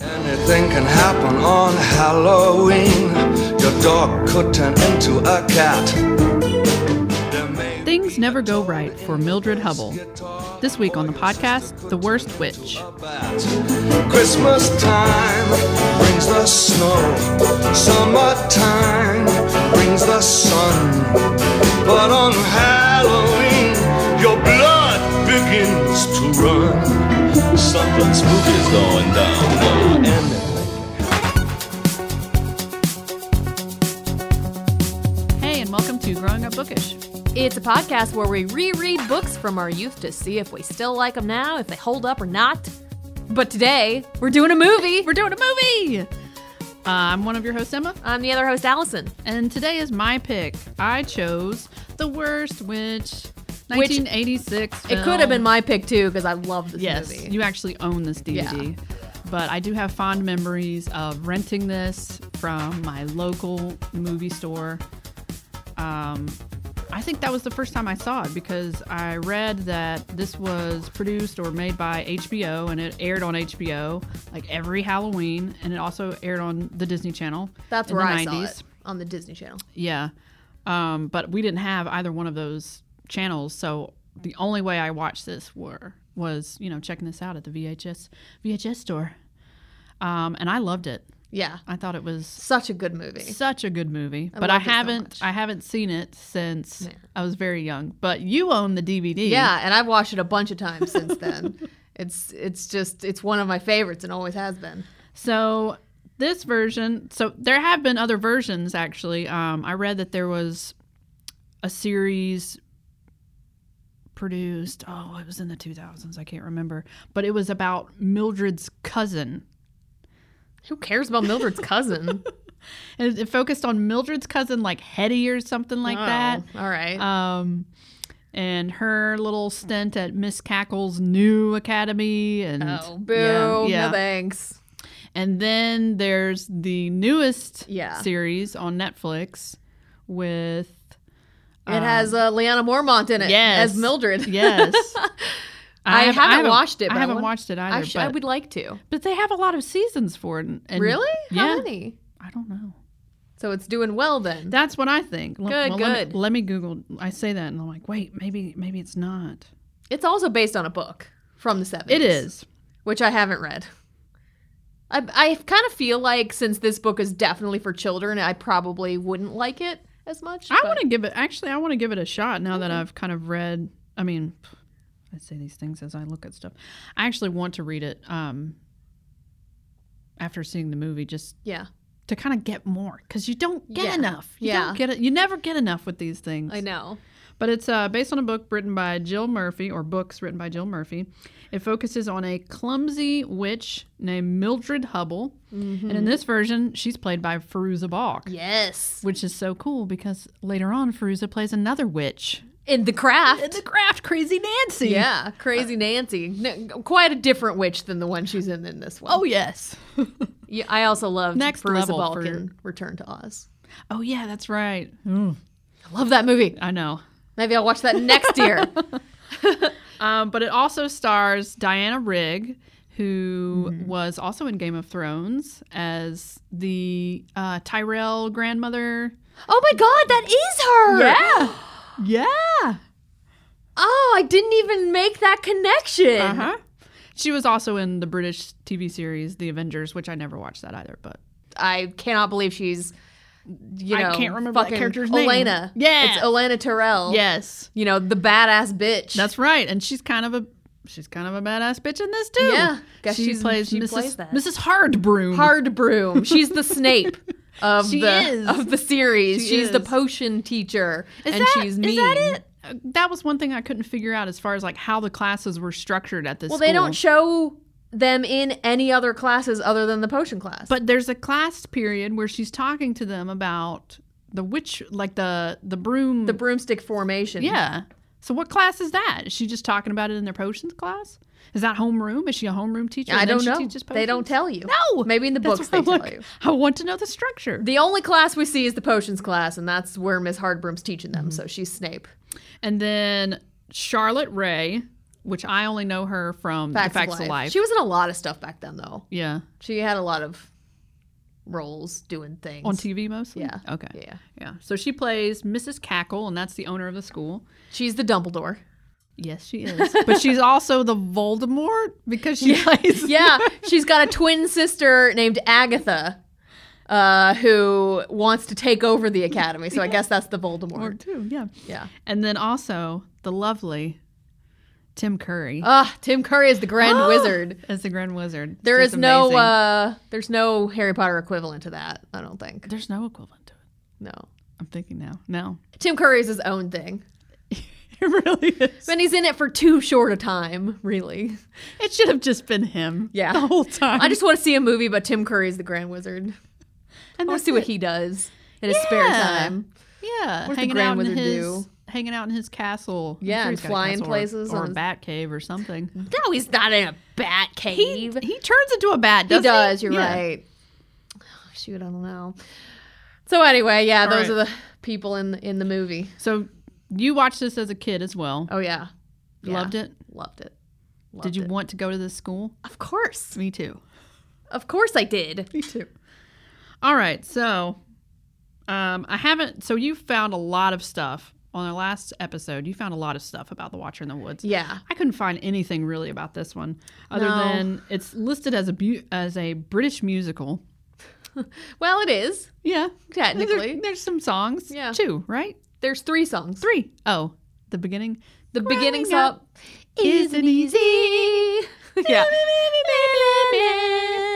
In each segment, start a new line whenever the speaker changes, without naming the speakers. Anything can happen on Halloween. Your dog could turn into a cat. There may
Things
be
never
a
go
toy
right for
in
Mildred
the
Hubble.
basket
This week on the
or your dog
podcast,
could
The Worst
turn
Witch.
into a bat. Christmas time brings the snow. Summertime brings the sun. But on Halloween, your blood begins to run. Something spooky's going down.
Hey, and welcome to Growing Up Bookish.
It's a podcast where we reread books from our youth to see if we still like them now, if they hold up or not. But today, we're doing a movie.
We're doing a movie! Uh, I'm one of your hosts, Emma,
I'm the other host, Allison.
and today is my pick. I chose The Worst Witch,
Which-
1986.
It could have been my pick too because I love this
Yes,
movie.
you actually own this DVD. But I do have fond memories of renting this from my local movie store. Um, I think that was the first time I saw it because I read that this was produced or made by HBO and it aired on HBO like every Halloween and it also aired on the Disney Channel.
That's
in
where
the 90s.
I saw it on the Disney Channel.
Yeah. Um, but we didn't have either one of those channels, so the only way I watched this were was, you know, checking this out at the VHS VHS store. Um, and I loved it.
Yeah,
I thought it was
such a good movie.
such a good movie.
I
but I
loved it so
haven't
much.
I haven't seen it since
Yeah.
I was very young. But you own the DVD.
Yeah, and I've watched it a bunch of times since then. it's it's just it's one of my favorites and always has been.
So this version, so there have been other versions actually. Um, I read that there was a series produced. Oh, it was in the 2000s. I can't remember, but it was about Mildred's cousin.
Who cares about Mildred's cousin?
And it- it focused on Mildred's cousin, like Hetty or something like
Oh,
that.
All right.
Um, and her little stint at Miss Cackle's new academy. And
oh, boo.
Yeah,
No
yeah.
thanks.
And then there's the newest
Yeah.
series on Netflix with
It has uh, Leanna Mormont in it
Um, Yes.
as Mildred.
yes.
I
have-
haven't watched it,
I
but I
haven't
wanna-
watched it either.
I, sh-
but,
I would like to.
but they have a lot of seasons for it. And, and-
really?
yeah.
How many?
I don't know.
So it's doing well then.
That's what I think. L-
Good,
Let me,
good.
let me Google. I say that, and I'm like, wait, maybe, maybe it's not.
it's also based on a book from the 70s.
It is.
Which I haven't read. I, I kind of feel like since this book is definitely for children, I probably wouldn't like it as much.
I
but-
want to give it. Actually, I want to give it a shot now that I've kind of read. I mean, I say these things as I look at stuff. I actually want to read it. Um, after seeing the movie, just
Yeah,
to kind of get more because you don't get
Yeah.
enough. You
Yeah.
don't get it. You never get enough with these things.
I know.
But it's uh, based on a book written by Jill Murphy, or books written by Jill Murphy. It focuses on a clumsy witch named Mildred Hubble,
Mm-hmm.
and in this version, she's played by Feruza Balk,
Yes.
which is so cool because later on, Feruza plays another witch
In The Craft.
in the craft, Crazy Nancy.
yeah, Crazy Nancy. No, quite a different witch than the one she's in in this one.
Oh yes.
yeah, I also love
Next
Veruza
level
Balk
for-
in Return to Oz.
oh yeah, that's right. Mm,
I love that movie.
I know.
Maybe I'll watch that next year.
Um, but it also stars Diana Rigg, who
Mm-hmm.
was also in Game of Thrones as the uh, Tyrell grandmother.
Oh my god, that is her.
yeah.
Oh, I didn't even make that connection.
Uh huh. She was also in the British TV series The Avengers, which I never watched that either. But
I cannot believe she's you
I
know
can't remember that
fucking
character's name.
Elena.
Yeah.
It's Elena Terrell.
yes,
You know, the badass bitch.
that's right. And she's kind of a she's kind of a badass bitch in this too.
Yeah. Guess
she
she's-
plays
she
Mrs.
plays that.
Mrs. Hardbroom.
Hard Broom. She's the Snape of
She
the
is.
of the series.
She
she's the
is.
potion teacher.
Is
and
that-
she's
is
mean.
that it? Uh, That was one thing I couldn't figure out as far as like how the classes were structured at this.
Well, they
school.
don't show them in any other classes other than the potion class.
But there's a class period where she's talking to them about the witch, like the the broom.
the broomstick formation.
yeah. So what class is that? Is she just talking about it in their potions class? Is that homeroom? Is she a homeroom teacher?
I
and then
don't
she
know.
teaches
They
potions?
don't tell you.
No.
Maybe in the
That's
books
why
they
I'm
tell
like,
you.
I want to know the structure.
The only class we see is the potions class, and that's
Mm-hmm.
where Miss Hardbroom's teaching them. So she's Snape.
and then Charlotte Ray which I only know her from
Facts,
the Facts
of,
of Life.
She was in a lot of stuff back then, though.
yeah,
She had a lot of roles doing things
on TV mostly.
Yeah.
Okay.
Yeah.
Yeah. So she plays Mrs. Cackle, and that's the owner of the school.
She's the Dumbledore.
Yes, she is. but she's also the Voldemort because she plays.
yeah, she's got a twin sister named Agatha, uh, who wants to take over the academy. So I guess that's the
Or
Voldemort.
two, yeah.
Yeah.
And then also the lovely Tim Curry
Ah, Tim Curry is the Grand Wizard.
as the Grand Wizard.
There
This
is no,
amazing-
uh, there's no Harry Potter equivalent to that. I don't think.
There's no equivalent to it.
No.
I'm thinking now. No.
Tim Curry is his own thing,
It really is.
and he's in it for too short a time, really.
It should have just been him.
Yeah.
The whole time.
I just want to see a movie about Tim Curry's the Grand Wizard. I
and
want to
that's
see what
it.
he does in his spare
Yeah.
time.
Yeah.
What does the
hanging
Grand
out in
Wizard
his
do?
hanging out in his castle. I'm
Yeah,
sure
and
he's got a
flying
castle or-
places
or,
on
a
his-
bat cave or something.
No, he's not in a bat
he,
cave.
he turns into a bat.
He
doesn't
does. You're
Yeah.
right. Oh, shoot, I don't know. So anyway, yeah,
All
those
right.
are the people in the, in the movie.
So you watched this as a kid as well.
Oh yeah, Yeah.
Loved it.
Loved it. Loved
Did you
it.
want to go to this school?
Of course,
Me too.
of course, I did.
Me too. All right. So um, I haven't. So you found a lot of stuff on our last episode. You found a lot of stuff about The Watcher in the Woods.
Yeah,
I couldn't find anything really about this one other
No.
than it's listed as a bu- as a British musical.
well, it is
Yeah. There-
technically.
there's some songs.
Yeah.
Two, right?
There's three songs.
Three. Oh, the beginning.
The beginning's
Growing
up. Isn't easy. yeah.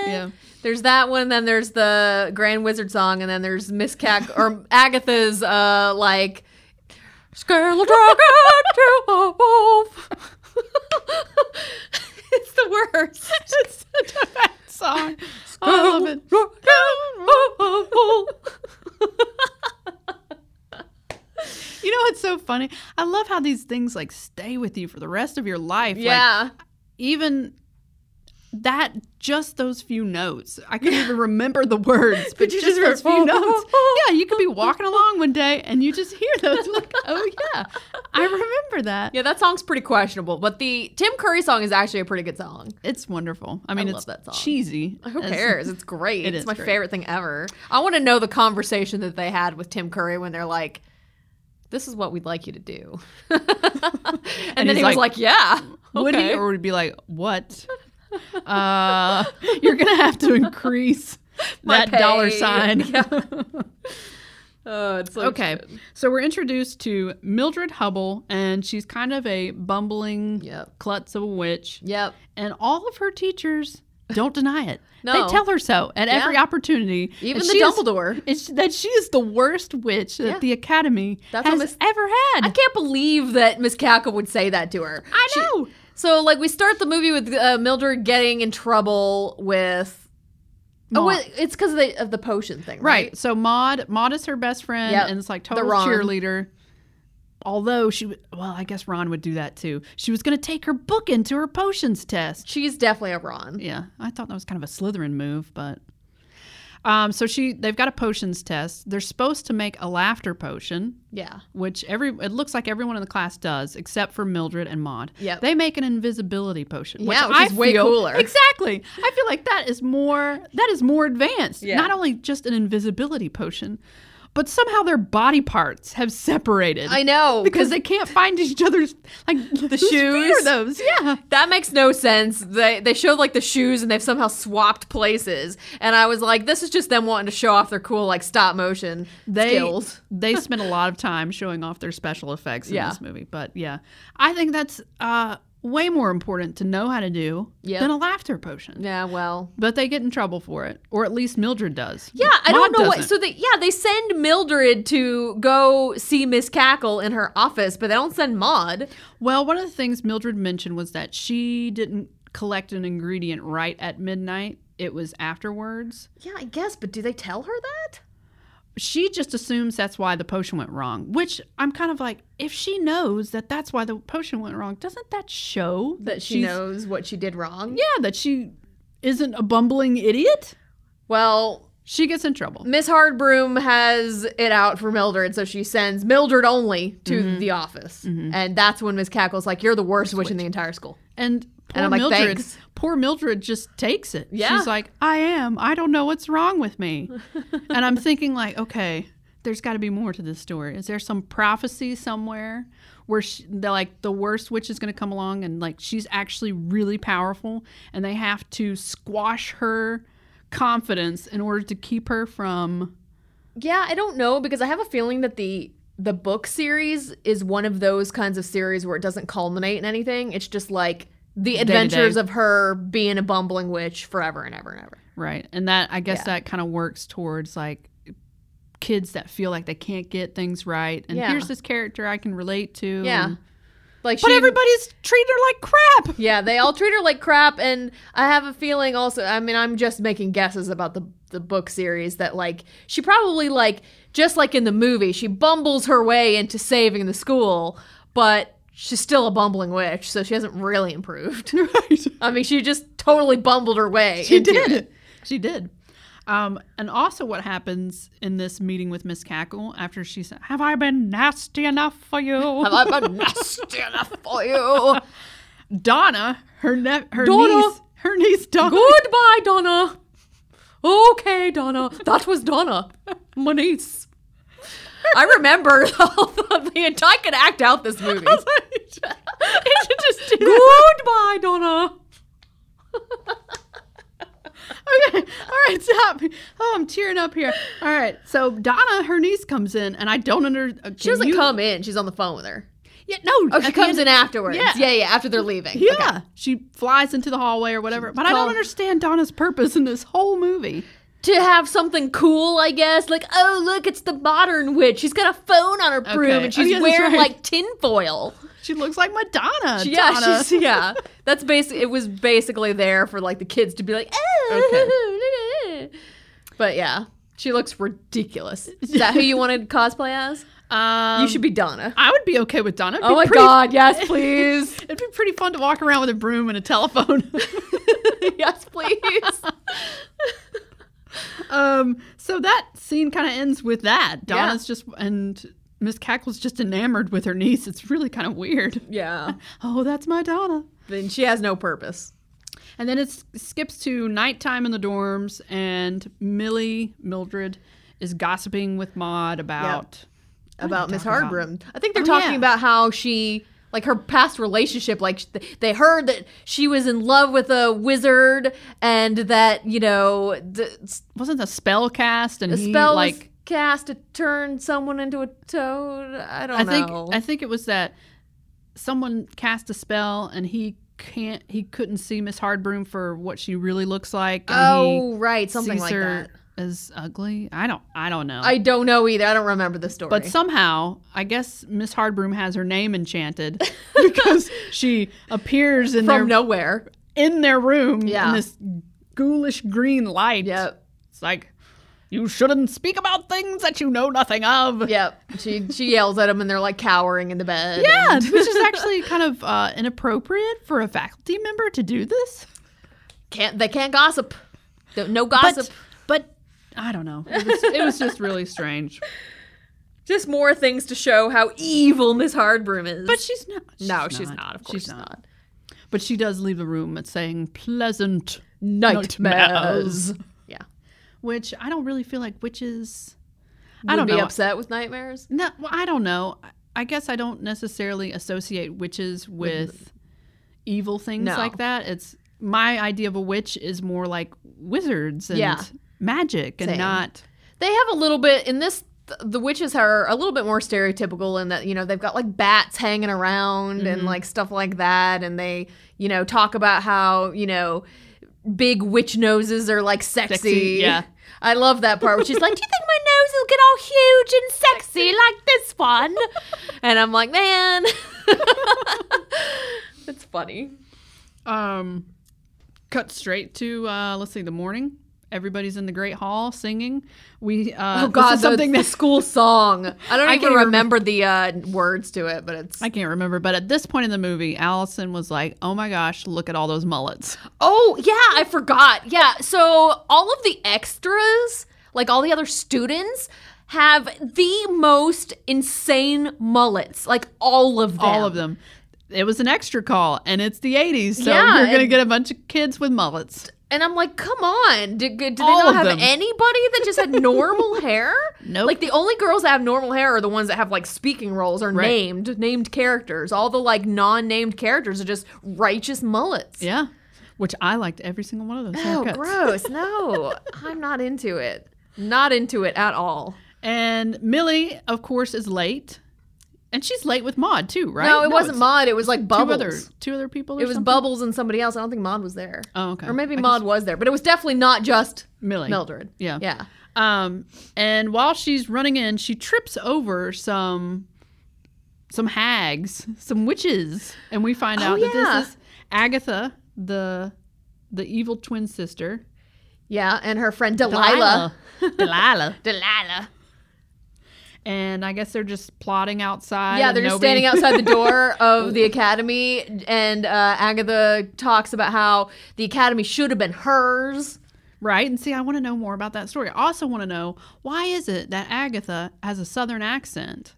Yeah.
There's that one, then there's the Grand Wizard song, and then there's Miss Cack or Agatha's uh like Scarlet Rocket Wolf. It's the worst.
it's such a bad song. I love it. You know what's so funny? I love how these things like stay with you for the rest of your life. Like,
yeah.
even that just those few notes. I couldn't even remember the words, but,
you
you just,
just
those few
wrote,
notes. Yeah, you could be walking along one day and you just hear those. Like, oh yeah, I remember that.
Yeah, that song's pretty questionable, but the Tim Curry song is actually a pretty good song.
It's wonderful. I mean,
love
it's
that song.
cheesy.
Who
as-
cares? It's great.
It
it's
is
my
great.
favorite thing ever. I want to know the conversation that they had with Tim Curry when they're like, "This is what we'd like you to do," and, then
he's
he
like,
was like, "Yeah."
Would he
okay."
or would he be like, what? Uh, you're gonna have to increase
My
that dollar
pay.
sign.
Oh, it's so
Okay,
good.
so we're introduced to Mildred Hubble, and she's kind of a bumbling
Yep.
klutz of a witch.
Yep.
And all of her teachers don't deny it.
No.
They tell her so at every
Yeah.
opportunity.
Even
And
the
she is-
Dumbledore.
it's that she is the worst witch that
Yeah.
the Academy
That's
has
almost-
ever had.
I can't believe that Miss Cackle would say that to her.
I
She-
know.
so, like, we start the movie with uh, Mildred getting in trouble with. Oh,
Maud.
wait, it's because of the, of the potion thing,
right.
right?
So Maud, Maud is her best friend,
Yep.
and it's like
The
total
Ron.
cheerleader. Although she, w- well, I guess Ron would do that too. She was going to take her book into her potions test.
She's definitely a Ron.
Yeah, I thought that was kind of a Slytherin move, but um, so she they've got a potions test. They're supposed to make a laughter potion,
Yeah.
which every it looks like everyone in the class does except for Mildred and Maud.
Yep.
they make an invisibility potion.
Yeah, which
I
is way
feel-
cooler.
Exactly. I feel like that is more that is more advanced.
Yeah.
Not only just an invisibility potion, but somehow their body parts have separated.
I know.
because they can't find each other's like the
shoes.
Are those yeah.
That makes no sense. They they showed like the shoes and they've somehow swapped places. And I was like, this is just them wanting to show off their cool like stop motion
they
skills.
they spent a lot of time showing off their special effects in
Yeah.
this movie. But yeah, I think that's uh, way more important to know how to do
Yep.
than a laughter potion.
Yeah, well.
But they get in trouble for it, or at least Mildred does.
Yeah, I don't
Maud
know what.
doesn't.
So they yeah, they send Mildred to go see Miss Cackle in her office, but they don't send Maud.
well, one of the things Mildred mentioned was that she didn't collect an ingredient right at midnight. It was afterwards.
Yeah, I guess, but do they tell her that?
She just assumes that's why the potion went wrong, which I'm kind of like, if she knows that that's why the potion went wrong, doesn't that show that,
That she
she's
knows what she did wrong.
Yeah, that she isn't a bumbling idiot.
Well,
She gets in trouble.
Miss Hardbroom has it out for Mildred, so she sends Mildred only to the office, and that's when Miss Cackle's like, "You're the worst witch in the entire school."
And poor
And I'm like,
Mildred,
"Thanks."
poor Mildred just takes it.
Yeah.
She's like, I am. I don't know what's wrong with me. and I'm thinking like, okay, there's got to be more to this story. Is there some prophecy somewhere where she, the, like the worst witch is going to come along and like she's actually really powerful and they have to squash her confidence in order to keep her from
Yeah, I don't know because I have a feeling that the the book series is one of those kinds of series where it doesn't culminate in anything. It's just like the
to day.
adventures of her being a bumbling witch forever and ever and ever.
right. And that I guess
Yeah.
that kind of works towards like kids that feel like they can't get things right and
Yeah.
here's this character I can relate to.
Yeah.
and-
Like she
But everybody's treating her like crap.
Yeah, they all treat her like crap, and I have a feeling also. I mean, I'm just making guesses about the the book series that like she probably like just like in the movie, she bumbles her way into saving the school, but she's still a bumbling witch, so she hasn't really improved. I mean, she just totally bumbled her way.
She
into
did.
it.
She did. Um, and also, what happens in this meeting with Miss Cackle after she said, "Have I been nasty enough for you?"
Have I been nasty enough for you?
Donna, her ne- her
Donna.
niece, her niece Donna.
Goodbye, Donna. Okay, Donna. That was Donna, my niece. I remember all the, the entire. I could act out this movie.
You should just do that.
Goodbye, Donna.
Okay. All right, stop. Oh, I'm tearing up here. All right. So Donna, her niece comes in, and I don't understand.
She doesn't come in. She's on the phone with her.
Yeah, no.
Oh, she
at the
comes
end-
in afterwards.
Yeah.
Yeah. yeah, after they're leaving.
Yeah,
Okay.
she flies into the hallway or whatever. But I
called-
don't understand Donna's purpose in this whole movie.
To have something cool, I guess. Like, oh, look, it's the modern witch. She's got a phone on her broom
Okay.
and
Oh,
she's
yeah, that's
wearing
right.
like tinfoil.
She looks like Madonna.
Yeah,
Donna.
she's, yeah. That's basic. It was basically there for like the kids to be like, oh, look at it." but yeah, she looks ridiculous. Is that who you wanted to cosplay as?
Um,
you should be Donna.
I would be okay with Donna. It'd
Oh
be
my
pretty-
God! Yes, please.
it'd be pretty fun to walk around with a broom and a telephone.
yes, please.
um, so that scene kind of ends with that. Donna's just and Miss Cackle's just enamored with her niece. It's really kind of weird.
yeah.
Oh, that's my Donna.
Then she has no purpose.
And then it s- skips to nighttime in the dorms, and Millie Mildred is gossiping with Maud about.
about Miss
talk about?
Harbrum. I think they're
Oh,
talking
yeah.
about how she like her past relationship like sh- they heard that she was in love with a wizard and that you know the s-
Wasn't a spell cast and
a
he,
spell
like
was cast to turn someone into a toad i don't
I think
know
I think it was that someone cast a spell and he can't he couldn't see Miss Hardbroom for what she really looks like. And
oh right
he
something
sees
like
her
that
as ugly. I don't I don't know.
i don't know either i don't remember the story
but somehow, I guess Miss Hardbroom has her name enchanted because she appears in their
from nowhere
in their room in
Yeah.
this ghoulish green light.
yep
It's like you shouldn't speak about things that you know nothing of.
yep she she yells at them and they're like cowering in the bed
Yeah, which is actually kind of uh, inappropriate for a faculty member to do this.
can't they can't gossip no, no gossip
But I don't know. It was, it was just really strange.
just more things to show how evil Miss Hardbroom is.
But she's not.
no, she's not. Of course,
she's
not.
But she does leave the room at saying pleasant,
Nightmares.
Nightmares.
Yeah,
which I don't really feel like witches.
Would
I don't
be
know.
upset with nightmares.
No, well, I don't know. I- I guess I don't necessarily associate witches with evil things
No.
like that. It's my idea of a witch is more like wizards and
Yeah.
magic and
Same.
not
They have a little bit in this. th- The witches are a little bit more stereotypical in that you know they've got like bats hanging around
Mm-hmm.
and like stuff like that, and they you know talk about how you know big witch noses are like sexy.
Sexy, yeah.
I love that part where she's like, "Do you think my nose will get all huge and sexy like this one?" and I'm like, "Man, it's funny."
Um, cut straight to uh, let's see, the morning. Everybody's in the great hall singing. We uh,
Oh God,
this is something
the, the
that
school song. I don't
I
even
can't even-
remember the uh, words to it, but it's
I can't remember, but at this point in the movie, Allison was like, "Oh my gosh, look at all those mullets!"
Oh, yeah, I forgot. Yeah, so all of the extras like all the other students have the most insane mullets, like all of them.
all of them. It was an extra call, and it's the 80s, so
Yeah,
you're going to
and-
get a bunch of kids with mullets.
And I'm like, come on. Do, do they
All
not
of
have
them.
anybody that just had normal hair?
Nope.
Like, the only girls that have normal hair are the ones that have, like, speaking roles or
Right.
named, named characters. All the, like, non named characters are just righteous mullets.
Yeah, which I liked every single one of those
Oh,
haircuts.
gross. No, I'm not into it. Not into it at all.
And Millie, of course, is late, and she's late with Maud too, right?
No, it wasn't
it's
Maud. It was, like,
Two
Bubbles.
other, two other people. Or
It was
something?
Bubbles and somebody else. I don't think Maud was there.
Oh, okay.
Or maybe
I
Maud
guess-
was there, but it was definitely not just
Millie.
Mildred.
Yeah.
Yeah.
Um, and while she's running in, she trips over some some hags, some witches, and we find
Oh,
out that
yeah.
this is Agatha, the the evil twin sister,
Yeah. And her friend Delilah.
Delilah. Delilah.
Delilah.
And I guess they're just plotting outside.
Yeah,
and
they're just
nobody-
standing outside the door of the academy, and uh, Agatha talks about how the academy should have been hers.
Right. And see, I want to know more about that story. I also want to know why is it that Agatha has a southern accent,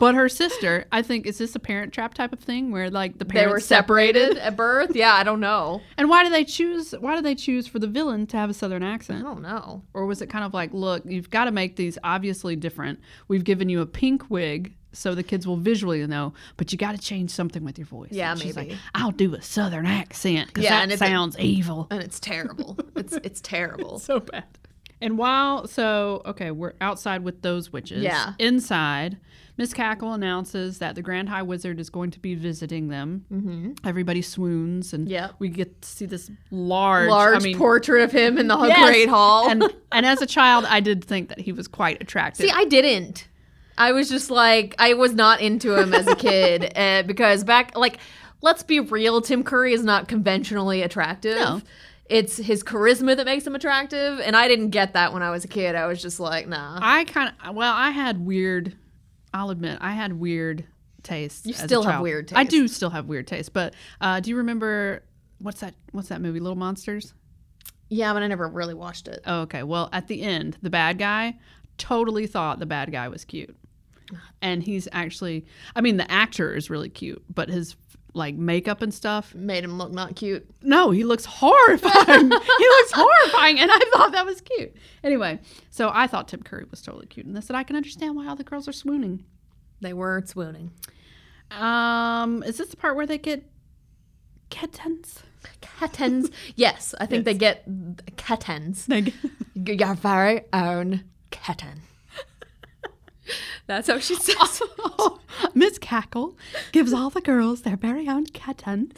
but her sister, I think, is this a parent trap type of thing where like the
They
parents
were separated at birth. Yeah, I don't know.
And why do they choose? Why do they choose for the villain to have a southern
I
accent?
don't know.
Or was it kind of like, look, you've got to make these obviously different. We've given you a pink wig so the kids will visually know, but you got to change something with your voice.
Yeah,
And she's like,
maybe.
I'll do a southern accent because
Yeah, and
that
if it-
sounds evil.
And it's terrible. It's it's terrible.
so bad. And while so okay, we're outside with those witches.
Yeah.
Inside, Miss Cackle announces that the Grand High Wizard is going to be visiting them. Mm-hmm. Everybody swoons, and
Yep.
we get to see this large,
Large
I mean,
portrait of him in the
yes.
great hall.
and and as a child, I did think that he was quite attractive.
See, I didn't. I was just like, I was not into him as a kid uh, because back, like, let's be real, Tim Curry is not conventionally attractive.
No.
It's his charisma that makes him attractive, and I didn't get that when I was a kid. I was just like, nah.
I kind of well, I had weird. I'll admit, I had weird tastes. You
still have weird
I
tastes.
do still have weird tastes, but uh, do you remember what's that? What's that movie? Little Monsters.
Yeah, but I never really watched it.
Oh, okay. Well, at the end, the bad guy totally thought the bad guy was cute. And he's actually, I mean, the actor is really cute, but his like makeup and stuff.
Made him look not cute.
No, he looks horrifying. he looks horrifying. And I thought that was cute. Anyway, so I thought Tim Curry was totally cute in this, and I can understand why all the girls are swooning.
They were swooning.
Um, is this the part where they get kittens?
Catens. yes, I think they get catens.
They get-
G- Your very own caten. That's how she says it.
Oh, Miss Cackle gives all the girls their very own kitten,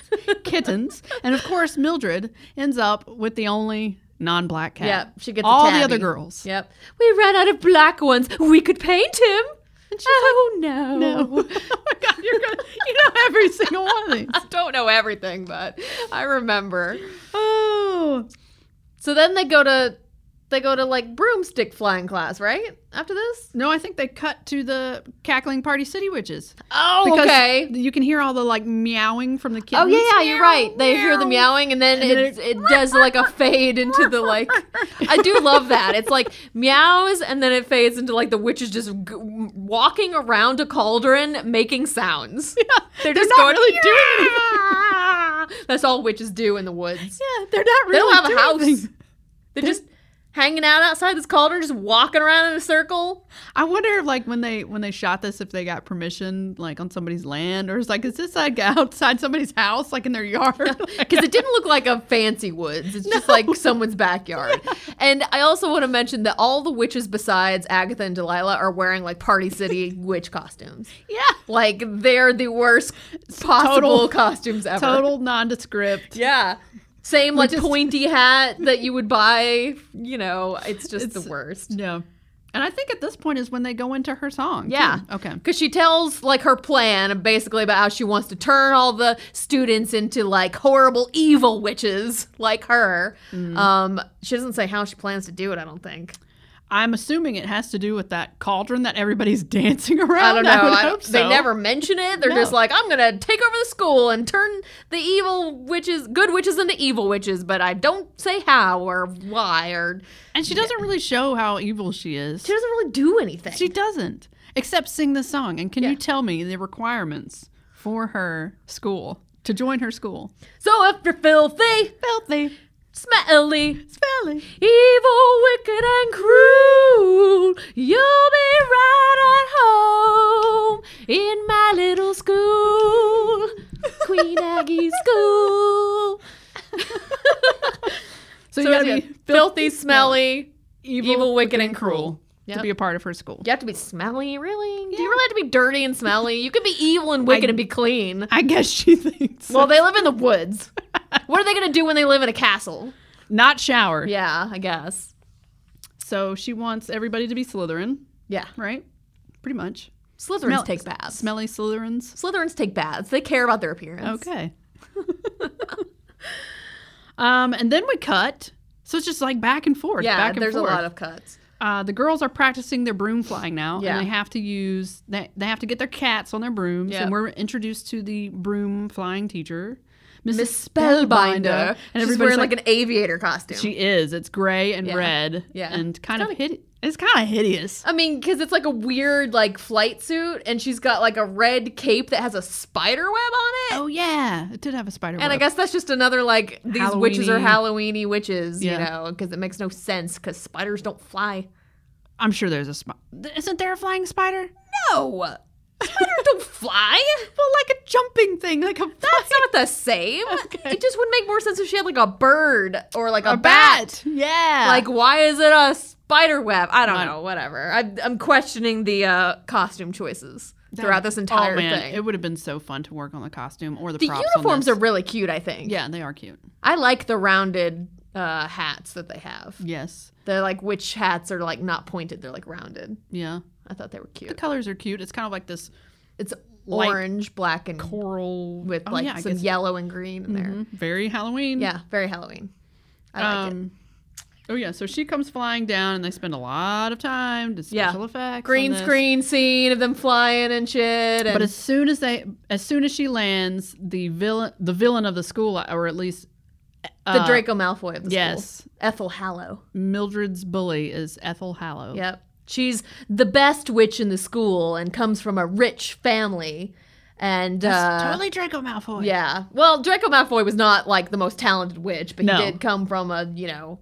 kittens, and of course Mildred ends up with the only non-black cat.
Yep, she gets a
all
tabby.
the other girls.
Yep. We ran out of black ones. We could paint him. And she's oh no,
No, oh my God, you're gonna, you know every single one of these.
I don't know everything, but I remember.
Oh,
So then they go to they go to like broomstick flying class, right? After this.
no, I think they cut to the cackling party city witches.
Oh,
Because
okay.
You can hear all the like meowing from the kittens.
Oh yeah, yeah, you're right. They hear the
meow.
meowing, and then,
then
it, it does like a fade into the like. I do love that. It's like meows, and then it fades into like the witches just g- walking around a cauldron making sounds.
They're,
just
not
going,
really doing anything.
That's all witches do in the woods.
Yeah, they're not really.
They don't have a
doing
house.
anything.
They're just hanging out outside this cauldron, just walking around in a circle.
I wonder if like when they when they shot this if they got permission like on somebody's land or it's like is this like outside somebody's house like in their yard?
Because it didn't look like a fancy woods. It's just like someone's backyard. And I also want to mention that all the witches besides Agatha and Delilah are wearing like Party City witch costumes.
yeah.
Like they're the worst possible
Total-
costumes ever.
Total nondescript.
Yeah. Same like
just-
pointy hat that you would buy, you know, it's just
It's-
the worst.
No. And I think at this point is when they go into her song. too.
Yeah.
Okay.
Because she tells like her plan basically about how she wants to turn all the students into like horrible evil Mm. witches like her. Um, she doesn't say how she plans to do it. I don't think.
I'm assuming it has to do with that cauldron that everybody's dancing around.
Oh, I don't know.
would
I-
hope
They
so.
never mention it. They're just
No.
like, I'm gonna take over the school and turn the evil witches, good witches, into evil witches. But I don't say how or why or
And she doesn't really show how evil she is.
she doesn't really do anything.
She doesn't, except sing the song. And can
Yeah.
you tell me the requirements for her school to join her school?
so if you're filthy,
Filthy,
smelly,
smelly.
evil, wicked, and cruel, you'll be right at home in my little school, Queen Aggie School.
So,
So
you gotta
it's
be
good.
filthy,
filthy, smelly, evil, wicked, and cruel.
to
Yep.
be a part of her school.
You have to be smelly, really? Do you really have to be dirty and smelly? You could be evil and wicked and be clean.
I guess she thinks.
Well, they live in the woods. what are they going to do when they live in a castle?
not shower.
Yeah, I guess.
So she wants everybody to be Slytherin,
Yeah.
right? Pretty much.
Slytherins
Smell-
take baths.
Smelly Slytherins.
Slytherins take baths. They care about their appearance.
Okay. um, and then we cut. So it's just like back and forth.
Yeah,
back and
there's
forth.
a lot of cuts.
uh, the girls are practicing their broom flying now,
Yeah.
and they have to use they, they have to get their cats on their brooms,
Yeah.
and we're introduced to the broom flying teacher, Mrs.
Miss Spellbinder.
and
She's
everybody's
wearing like,
like,
an aviator costume.
she is. It's gray and
Yeah.
red,
Yeah.
and kind of hide- It's kind of hideous.
I mean, because it's like a weird like flight suit, and she's got like a red cape that has a spider web on it.
Oh yeah, it did have a spider.
And I
web.
guess that's just another like these witches are Halloweeny witches, you
Yeah.
know, because it makes no sense because spiders don't fly.
I'm sure there's a spider. Isn't there a flying spider?
No, spiders don't fly.
Well, like a jumping thing, like a
That's not the same.
Okay.
It just would make more sense if she had like a bird or like a,
a
bat.
bat. Yeah,
Like, why is it a spider web? I don't
I-
know. Whatever. I, I'm questioning the uh, costume choices throughout this entire
oh, man.
thing.
It would have been so fun to work on the costume or the,
the
props
uniforms
on
are
this.
really cute. I think.
yeah, they are cute.
I like the rounded uh, hats that they have.
Yes.
The like witch hats are like not pointed. They're like rounded.
Yeah.
I thought they were
The
cute.
colors are cute. It's kind of like this
It's
Like-
orange, black, and
coral
with
oh,
like
yeah, I
some
guess-
yellow and green in there.
Mhm. Very Halloween.
Yeah, very Halloween. I like it.
Um, Oh yeah, so she comes flying down, and they spend a lot of time to
Yeah.
special effects, on
Green
this.
screen scene of them flying and shit. And
But as soon as they, as soon as she lands, the villain, the villain of the school, or at least
the Draco Malfoy of the
uh, yes.
school. Ethel Hallow.
Mildred's bully is Ethel Hallow.
Yep. She's the best witch in the school and comes from a rich family. And uh,
totally Draco Malfoy.
yeah, well, Draco Malfoy was not like the most talented witch, but
No.
he did come from a you know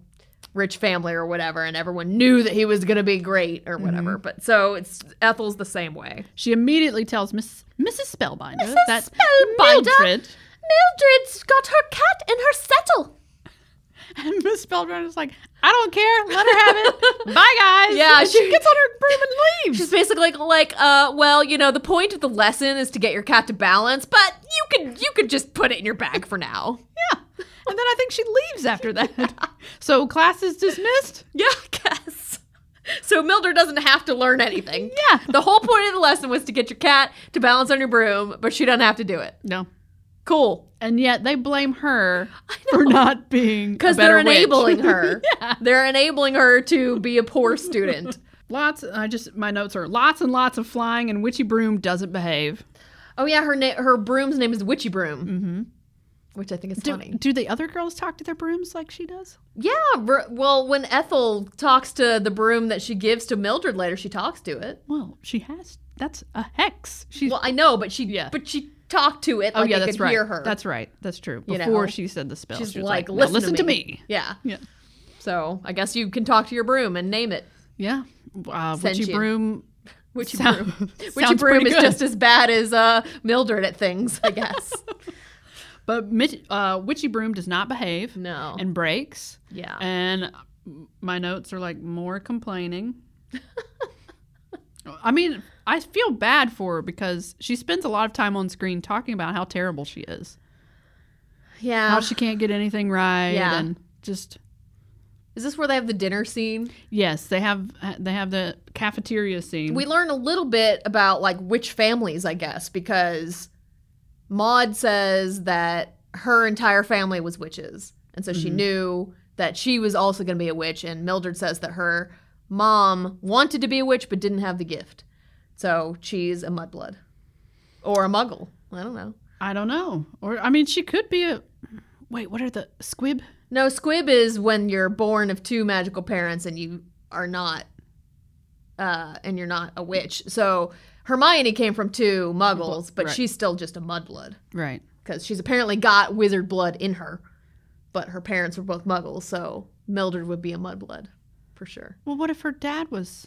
rich family or whatever, and everyone knew that he was gonna be great
Mm-hmm.
or whatever. But so it's Ethel's the same way.
She immediately tells Miss Mrs. Spellbinder
Mrs.
that
Spellbinder.
Mildred
Mildred's got her cat in her settle.
And Miss Spellbinder is like, I don't care. Let her have it. Bye, guys.
Yeah,
And she,
she-
gets on her broom and leaves.
She's basically like, like, uh, well, you know, the point of the lesson is to get your cat to balance, but you could you could just put it in your bag for now.
yeah. And then I think she leaves after that. so class is dismissed.
Yeah, I guess. So Mildred doesn't have to learn anything.
Yeah.
The whole point of the lesson was to get your cat to balance on your broom, but she doesn't have to do it.
No.
Cool.
And yet they blame her for not being because
Because they're
witch.
enabling her. They're enabling her to be a poor student.
Lots. I just my notes are lots and lots of flying and witchy broom doesn't behave.
Oh yeah, her na- her broom's name is Witchy Broom. Mm-hmm. Which I think is
Do,
funny.
do the other girls talk to their brooms like she does?
Yeah, br- well, when Ethel talks to the broom that she gives to Mildred later, she talks to it.
Well, she has. That's a hex. She's.
Well, I know, but she
Yeah.
but she talked to it.
oh
Like
yeah,
it
that's
could
right.
Hear her.
That's right. That's true.
You know?
Before she said the spell,
she's
she was
like,
"Now
listen,
listen to me.
Yeah.
Yeah.
So I guess you can talk to your broom and name it.
Yeah. Uh, witchy
Sentient.
broom.
Witchy
Sound-
broom. Witchy
sounds
broom
pretty
is
good.
just as bad as uh, Mildred at things, I guess.
But Mitch, uh, witchy broom does not behave.
No.
And breaks.
yeah.
And my notes are like more complaining. I mean, I feel bad for her because she spends a lot of time on screen talking about how terrible she is,
yeah.
how she can't get anything right,
Yeah.
and just
is this where they have the dinner scene?
yes, they have they have the cafeteria scene.
We learn a little bit about like which families, I guess, because Maud says that her entire family was witches. And so she knew that she was also going to be a witch. And Mildred says that her mom wanted to be a witch but didn't have the gift. So she's a mudblood or a muggle. I don't know.
I don't know. Or I mean, she could be a. Wait, what are the squib?
No, squib is when you're born of two magical parents and you are not, uh, and you're not a witch. So Hermione came from two muggles, but
Right.
she's still just a mudblood
Right.
because she's apparently got wizard blood in her, but her parents were both muggles, so Mildred would be a mudblood for sure.
Well, what if her dad was?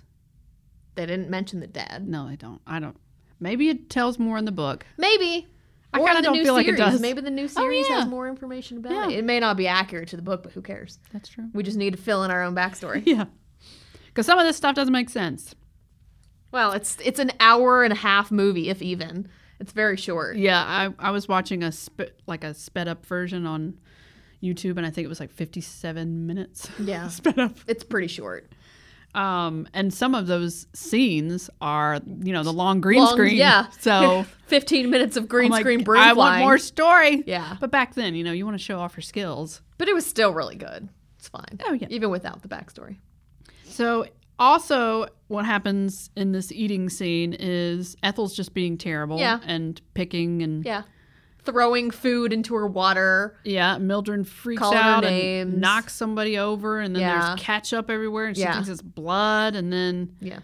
They didn't mention the dad.
No, they don't. I don't. Maybe it tells more in the book.
Maybe.
I
Or
kinda
the
don't
new
feel like it
series.
does.
Maybe the new
Oh,
series has
yeah.
more information about
Yeah.
it. It may not be accurate to the book, but who cares?
That's true.
We just need to fill in our own backstory.
Yeah. Because some of this stuff doesn't make sense.
well, it's it's an hour and a half movie, if even. It's very short.
Yeah, I, I was watching a sp- like a sped up version on YouTube, and I think it was like 57 minutes.
Yeah.
sped up.
It's pretty short.
Um, and some of those scenes are, you know, the long green
Long-
screen.
Yeah.
So
fifteen minutes of green
I'm like,
screen broom
Oh I want
flying.
more story.
Yeah.
But back then, you know, you want to show off your skills.
But it was still really good. It's fine.
Oh, yeah.
Even without the backstory.
So also what happens in this eating scene is Ethel's just being terrible
Yeah.
and picking and
Yeah. Throwing food into her water.
Yeah, Mildred freaks
Calling her
out
names.
and knocks somebody over, and then
Yeah.
there's ketchup everywhere, and she
Yeah.
thinks it's blood, and then
Yeah.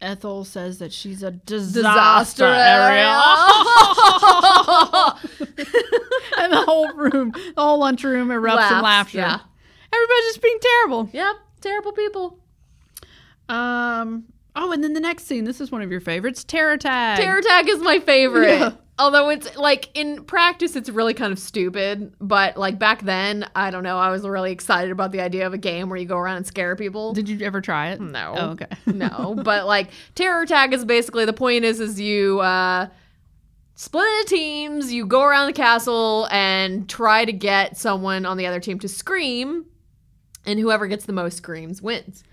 Ethel says that she's a
Disaster
disaster,
area.
and the whole room, the whole lunchroom erupts in
Laughs,
laughter.
yeah.
Everybody's just being terrible.
Yep. Terrible people.
Um. Oh, and then the next scene. This is one of your favorites. Terror tag.
Terror tag is my favorite.
Yeah.
Although it's like in practice, it's really kind of stupid. But like back then, I don't know. I was really excited about the idea of a game where you go around and scare people.
Did you ever try it?
No.
Oh, okay.
no, but like terror tag is basically the point is is you uh split into teams, you go around the castle and try to get someone on the other team to scream and whoever gets the most screams wins.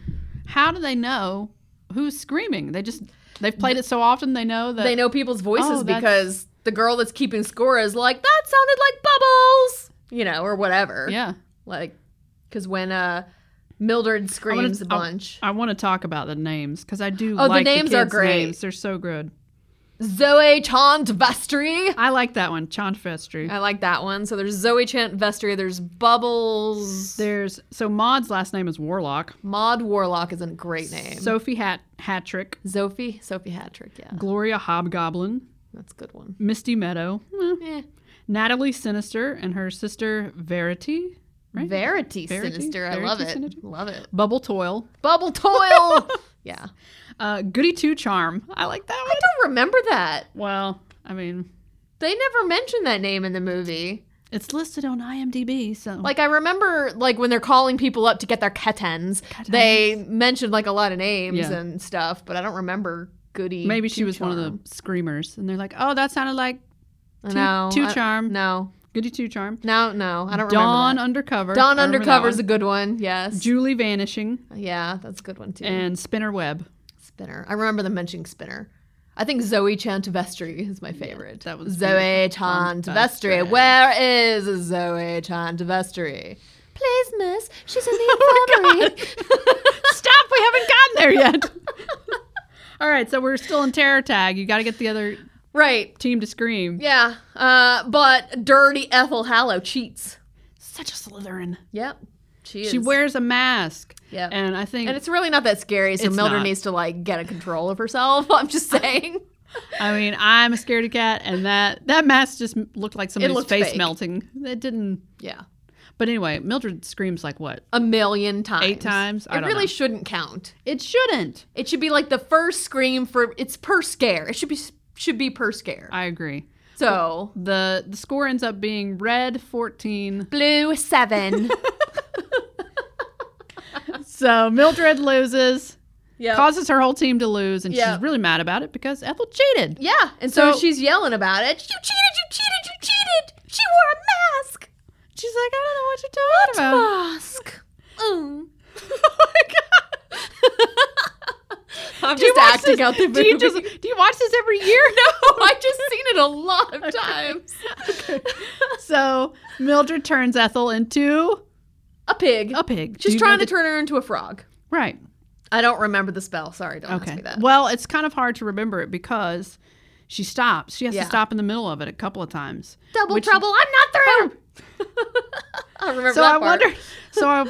How do they know who's screaming? They just they've played it so often they know that
They know people's voices
Oh, that's-
because the girl that's keeping score is like that sounded like bubbles, you know, or whatever.
Yeah.
Like cuz when uh Mildred screams a
I'll-
bunch.
I want to talk about the names because I do.
Oh, the
like
names are
kids'
great.
Names. They're so good.
Zoe Chandvastri.
I like that one, Chanfestry.
I like that one. So there's Zoe Chant Vestry, there's Bubbles.
There's so Maud's last name is Warlock.
Maud Warlock is a great name.
Sophie Hat Hattrick,
Sophie, Sophie Hattrick, yeah.
Gloria Hobgoblin,
That's a good one.
Misty Meadow, eh,
Eh.
Natalie Sinister, and her sister Verity, right?
Verity,
Verity?
Sinister. I
Verity
love it.
Sinister?
Love it.
Bubble Toil,
Bubble Toil. yeah.
uh, Goody Two Charm. I like that
I
one.
don't remember that.
Well, I mean,
They never mention that name in the movie.
it's listed on IMDb, so
Like I remember like when they're calling people up to get their ketens, they mentioned like a lot of names
Yeah.
and stuff, but I don't remember Goody.
maybe she
Two
was one of
Charm.
the screamers, and they're like, "Oh, that sounded like Two-
no,
Two
I-
Charm.
No.
Goody Two Charm."
No, no. I don't
Dawn
remember. that.
Undercover.
Dawn
I remember that
Undercover's
one.
a good one. Yes.
Julie Vanishing
yeah, that's a good one too.
and Spinner Web.
Spinner. I remember them mentioning Spinner. I think Zoe Chantavestri is my favorite.
that was
Zoe
beautiful.
Chantavestri.
Chantavestri.
Where is Zoe Chantavestri? Please, miss, she's in
Oh
the infirmary.
Stop! We haven't gotten there yet. All right, so we're still in terror tag. You got to get the other
right.
team to scream.
Yeah. Uh, but dirty Ethel Hallow cheats.
Such a Slytherin.
Yep. She is.
She wears a mask.
Yeah.
and I think
And it's really not that scary, so
It's
Mildred
not.
needs to like get a control of herself. I'm just saying.
I mean I'm a scaredy cat, and that that mask just looked like somebody's
looked
face
fake.
melting. It didn't.
yeah.
But anyway, Mildred screams like what?
A million times.
Eight times? I
it
don't
really
know.
shouldn't count.
It shouldn't.
It should be like the first scream for it's per scare. It should be should be per scare.
I agree.
so
the The score ends up being red fourteen.
blue seven.
So Mildred loses.
yeah.
causes her whole team to lose, and
Yeah.
she's really mad about it because Ethel cheated.
yeah. And so,
So-
she's yelling about it. You cheated! You cheated! You cheated! She wore a mask.
She's like, I don't know what you're talking about.
Mask. Mm. I'm
Do you
just
watch
acting
this-
out the movie.
Do you, just, do you watch this every year?
no, I've just seen it a lot of times.
so Mildred turns Ethel into
a pig.
a pig. Do
She's
you
trying
know
to turn her into a frog.
the- right.
I don't remember the spell. Sorry, don't ask
Okay.
me that.
Well, it's kind of hard to remember it because she stops. She has
Yeah.
to stop in the middle of it a couple of times.
Double
which- Oh.
trouble. I'm not through. I remember
So
that
I
part.
wonder. So I,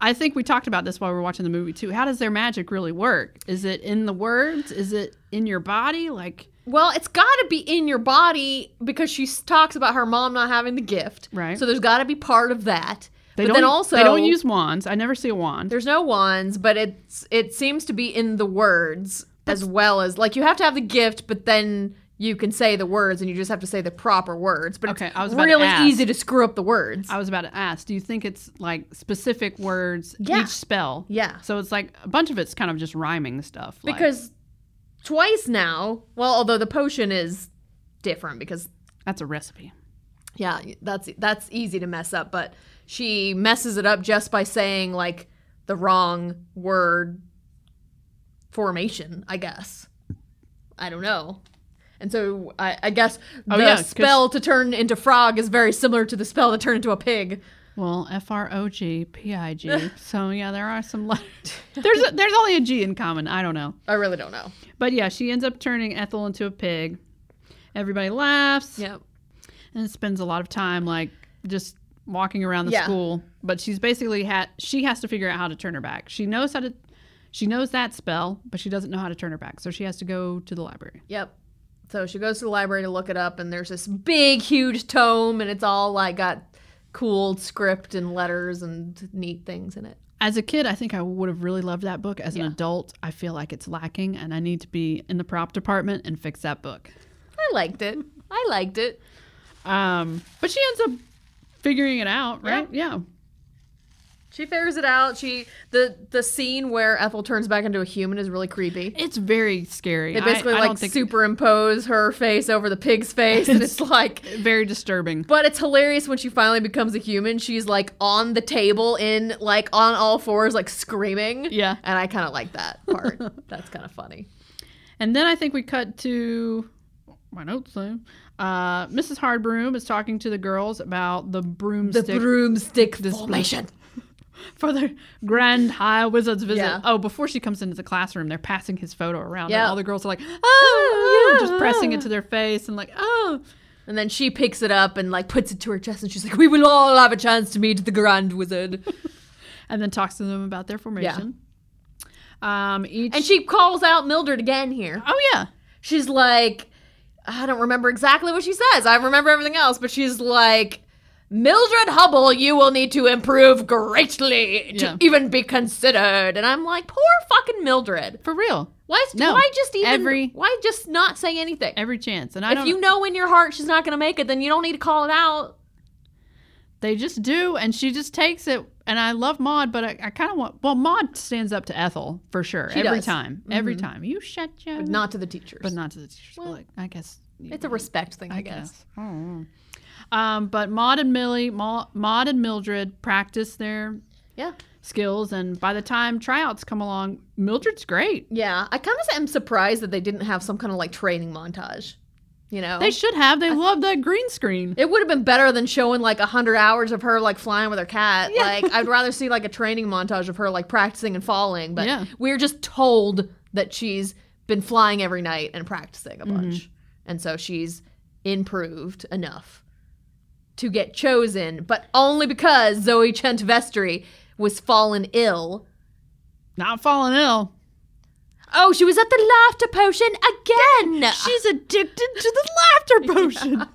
I think we talked about this while we were watching the movie too. How does their magic really work? Is it in the words? Is it in your body? Like
Well, it's got to be in your body because she s- talks about her mom not having the gift.
Right.
So there's got to be part of that.
they
but
don't.
then also
they don't use wands. I never see a wand.
There's no wands, but it's it seems to be in the words as well as like you have to have the gift, but then you can say the words and you just have to say the proper words. But
Okay,
it's
I was about to
really
ask.
easy to screw up the words.
I was about to ask. Do you think it's like specific words
Yeah.
each spell?
Yeah.
So it's like a bunch of it's kind of just rhyming stuff. like-
because twice now, well, although the potion is different because
that's a recipe.
yeah, that's that's easy to mess up, but she messes it up just by saying like the wrong word formation, I guess. I don't know. And so I, I guess the
Oh, yeah, 'cause-
spell to turn into frog is very similar to the spell to turn into a pig.
Well, F R O G P I G. So yeah, there are some letters. There's a, there's only a G in common. I don't know.
I really don't know.
But yeah, she ends up turning Ethel into a pig. Everybody laughs
Yeah.
and spends a lot of time like just walking around the
Yeah.
school. But she's basically had she has to figure out how to turn her back. She knows how to she knows that spell, but she doesn't know how to turn her back. So she has to go to the library.
Yep. So she goes to the library to look it up, and there's this big, huge tome, and it's all like got cool script and letters and neat things in it.
As a kid, I think I would have really loved that book. As
Yeah.
an adult, I feel like it's lacking and I need to be in the prop department and fix that book.
I liked it. I liked it.
Um, but she ends up figuring it out, right? Yeah.
She figures it out. She the the scene where Ethel turns back into a human is really creepy.
It's very scary.
They basically
I, I
like
don't think
superimpose her face over the pig's face, and it's like.
very disturbing.
But it's hilarious when she finally becomes a human. She's like on the table in like on all fours, like screaming.
Yeah.
and I kind of like that part. That's kind of funny.
And then I think we cut to my notes. Though. Uh, Mrs. Hardbroom is talking to the girls about the broomstick
broomstick formation.
for the Grand High Wizard's visit.
Yeah.
Oh, before she comes into the classroom, they're passing his photo around,
Yeah. Ah.
and all the girls are like, "Oh,
yeah,
oh," just pressing
yeah.
it to their face and like, "Oh."
And then she picks it up and like puts it to her chest, and she's like, "We will all have a chance to meet the Grand Wizard."
And then talks to them about their formation. Um, each
and she calls out Mildred again here.
oh yeah,
she's like i don't remember exactly what she says i remember everything else but she's like mildred hubble you will need to improve greatly to
Yeah.
even be considered and i'm like poor fucking mildred
for real,
why,
No.
why just even
Every-
why just not say anything
every chance. And I
if
don't.
you know in your heart she's not going to make it then you don't need to call it out
They just do, and she just takes it. And I love Maud, but I, I kind of want. Well, Maud stands up to Ethel for sure
She
every
does. Mm-hmm.
time. Every time you shut your,
but not to the teachers
but not to the teachers. But like, I guess
it's a respect thing i, guess.
Mm. Um, but Maud and Millie, Ma- Maud and Mildred practice their
yeah
skills, and by the time tryouts come along, Mildred's great.
yeah i kind of am surprised that they didn't have some kind of like training montage you know
They should have. They love that green screen.
It would have been better than showing like a hundred hours of her like flying with her cat. Like I'd rather see like a training montage of her like practicing and falling. But
Yeah.
we're just told that she's been flying every night and practicing
Mm-hmm.
a bunch, and so she's improved enough to get chosen, but only because Zoe Centvestri was fallen ill.
Not falling ill.
Oh, she was at the laughter potion again.
She's addicted to the laughter potion.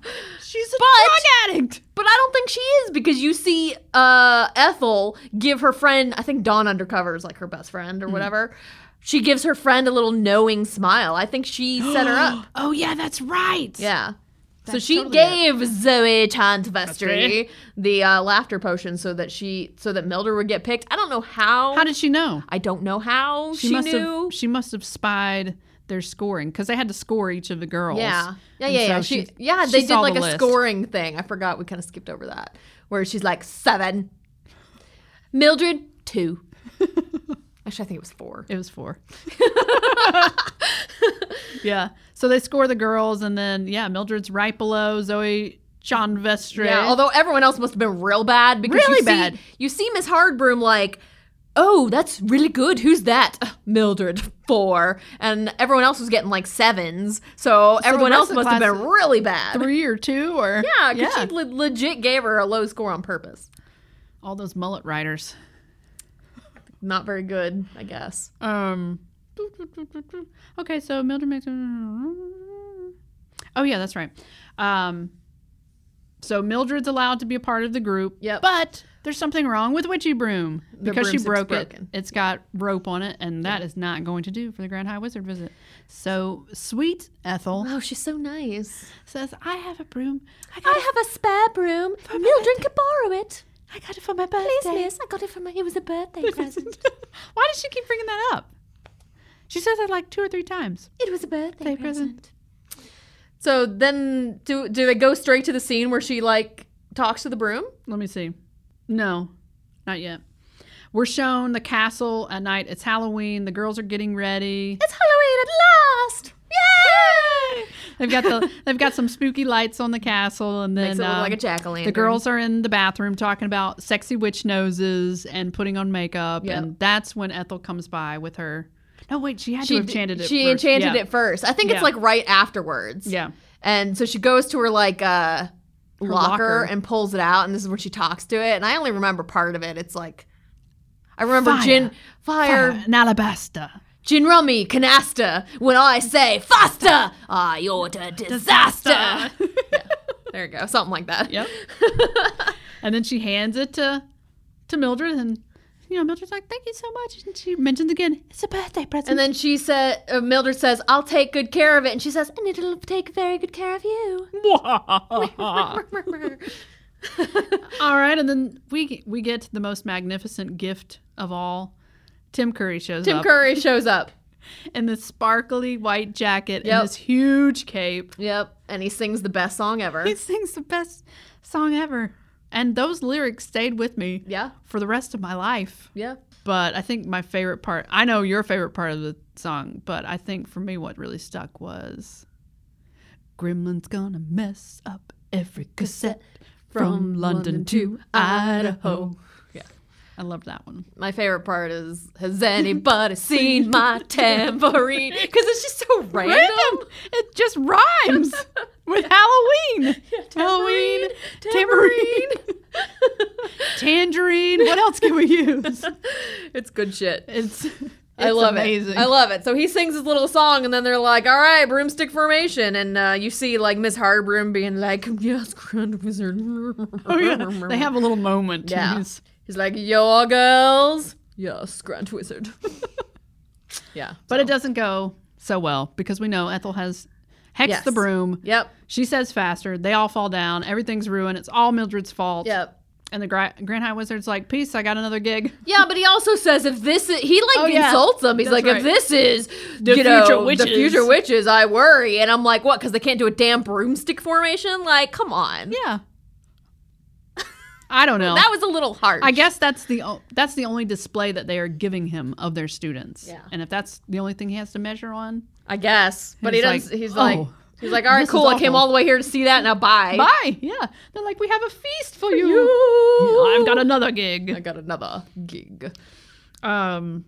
She's a drug addict.
But I don't think she is because you see uh, Ethel give her friend, I think Dawn Undercover is like her best friend or
Mm-hmm.
whatever. She gives her friend a little knowing smile. I think she set her up.
Oh yeah, that's right.
Yeah. so
That's
she
totally
gave Zoe
right.
Chantvestry the uh, laughter potion so that she so that Mildred would get picked. I don't know how.
How did she know?
I don't know how she,
must
knew.
Have, she must have spied their scoring because they had to score each of the girls.
Yeah. Yeah,
And
yeah,
so
yeah. She, yeah,
she
they did
saw
like
the
a
list.
scoring thing. I forgot we kind of skipped over that. Where she's like seven. Mildred, two. Actually, I think it was four.
It was four. yeah. So they score the girls, and then yeah, Mildred's right below Zoe John Vestre.
Yeah, although everyone else must have been real bad because
Really
you see,
bad.
You see Miss Hardbroom like oh, that's really good. Who's that? Mildred, four. And everyone else was getting like sevens. So, everyone
the
else
rest of the
must have been
class-
really bad.
Three or two or
Yeah, because she le- legit gave her a low score on purpose.
all those mullet riders.
Not very good, I guess.
Um. Okay, so Mildred makes. Oh yeah, that's right. Um. So Mildred's allowed to be a part of the group.
Yep.
But there's something wrong with Witchy Broom because she
broomstick's
broke
broken.
it. It's got rope on it, and that is not going to do for the Grand High Wizard visit. So sweet Ethel
Oh, she's so nice.
says, "I have a broom. I got
I
it.
have a spare broom. Mildred can borrow it.
I got it for my birthday."
Please, miss. I got it from my. It was a birthday present.
Why does she keep bringing that up? She says that like two or three times.
It was a birthday
Birthday present.
So then, do do they go straight to the scene where she like talks to the broom?
Let me see. No, not yet. We're shown the castle at night. It's Halloween. The girls are getting ready.
It's Halloween at last! Yay!
They've got the they've got some spooky lights on the castle, and then
Makes it look
um,
like a jack o' lantern.
the girls are in the bathroom talking about sexy witch noses and putting on makeup,
Yep.
and that's when Ethel comes by with her. No, wait, she had
she
to have enchanted it.
She
first.
enchanted
Yeah.
it first. I think it's
Yeah.
like right afterwards.
Yeah.
And so she goes to her like uh, locker,
locker.
and pulls it out, and this is when she talks to it. And I only remember part of it. It's like. I remember
Fire.
gin, fire,
An alabaster.
gin rummy, canasta. When I say faster, ah, you're a disaster. Yeah, there you go, something like that.
Yep. and then she hands it to to Mildred, and you know Mildred's like, "Thank you so much." And she mentions again, "It's a birthday present."
And then she said, uh, Mildred says, I'll take good care of it. And she says, and it'll take very good care of you.
All right, and then we we get the most magnificent gift of all. Tim Curry shows
Tim
up
Curry shows up.
in this sparkly white jacket
Yep.
and this huge cape.
Yep. And he sings the best song ever.
He sings the best song ever, and those lyrics stayed with me
yeah.
for the rest of my life.
Yeah.
But I think my favorite part, I know your favorite part of the song, but I think for me what really stuck was Gremlin's gonna mess up every cassette from London to Idaho.
Yeah.
I love that one.
My favorite part is, has anybody seen my tambourine? Because it's just so random.
Random! It just rhymes with Halloween. Halloween, tambourine, tangerine. What else can we use?
It's good shit.
It's,
I love
amazing.
it. I love it. So he sings his little song, and then they're like, "All right, broomstick formation," and uh, you see like Miss Hardbroom being like, "Yes, Grand Wizard."
Oh, yeah. They have a little moment.
Yeah.
He's-
He's like, "Yo, girls." Yes, Grand Wizard. yeah,
But it doesn't go so well because we know Ethel has hexed
Yes.
the broom.
Yep.
She says faster. They all fall down. Everything's ruined. It's all Mildred's fault.
Yep.
And the Gra- Grand High Wizard's like, peace, I got another gig.
Yeah, but he also says if this is, he like
Oh, yeah.
insults them. He's
That's
like,
right.
if this is
The
you know,
future
the
witches."
future witches, I worry. And I'm like, what? Because they can't do a damn broomstick formation? Like, come on.
Yeah. I don't know.
That was a little harsh.
I guess that's the o- that's the only display that they are giving him of their students.
Yeah.
And if that's the only thing he has to measure on,
I guess, but
He's
he doesn't.
like,
he's
"Oh,
like, he's like, all right,
this is
cool. I came
awful."
all the way here to see that. Now bye.
bye. Yeah. They're like, we have a feast for you.
You.
I've got another
I
gig.
got another gig.
Um,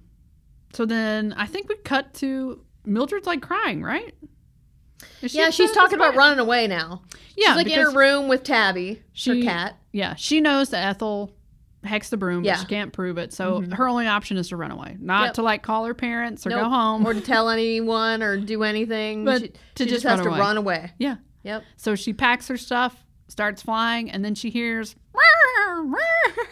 so then I think we cut to Mildred's like crying, right? Is she
yeah, she's
upset at
talking
this
about
point?
running away now.
Yeah,
she's like in her
because-
room with Tabby,
She-
her cat.
Yeah, she knows that Ethel hexed the broom,
Yeah. Mm-hmm.
but she can't prove it. So her only option is to run away, not
Yep.
to like call her parents or go
Nope.
home.
or to tell anyone or do anything.
But
she,
to
she
just
just, has
run
to
away.
run away.
yeah.
Yep.
So she packs her stuff, starts flying, and then she hears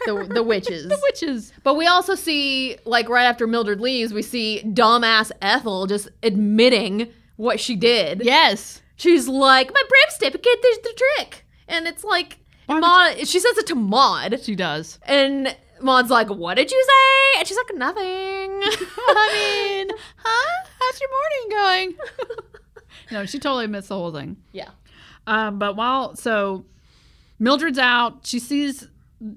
The, the witches.
the witches.
But we also see, like, right after Mildred leaves, we see dumbass Ethel just admitting what she did.
Yes.
She's like, my broomstick did the, the trick. And it's like,
Why would
Maud, she says it to Maud.
She does.
And Maud's like, what did you say? And she's like, nothing.
I mean, huh? How's your morning going? no, she totally missed the whole thing.
yeah.
Um, but while so Mildred's out, she sees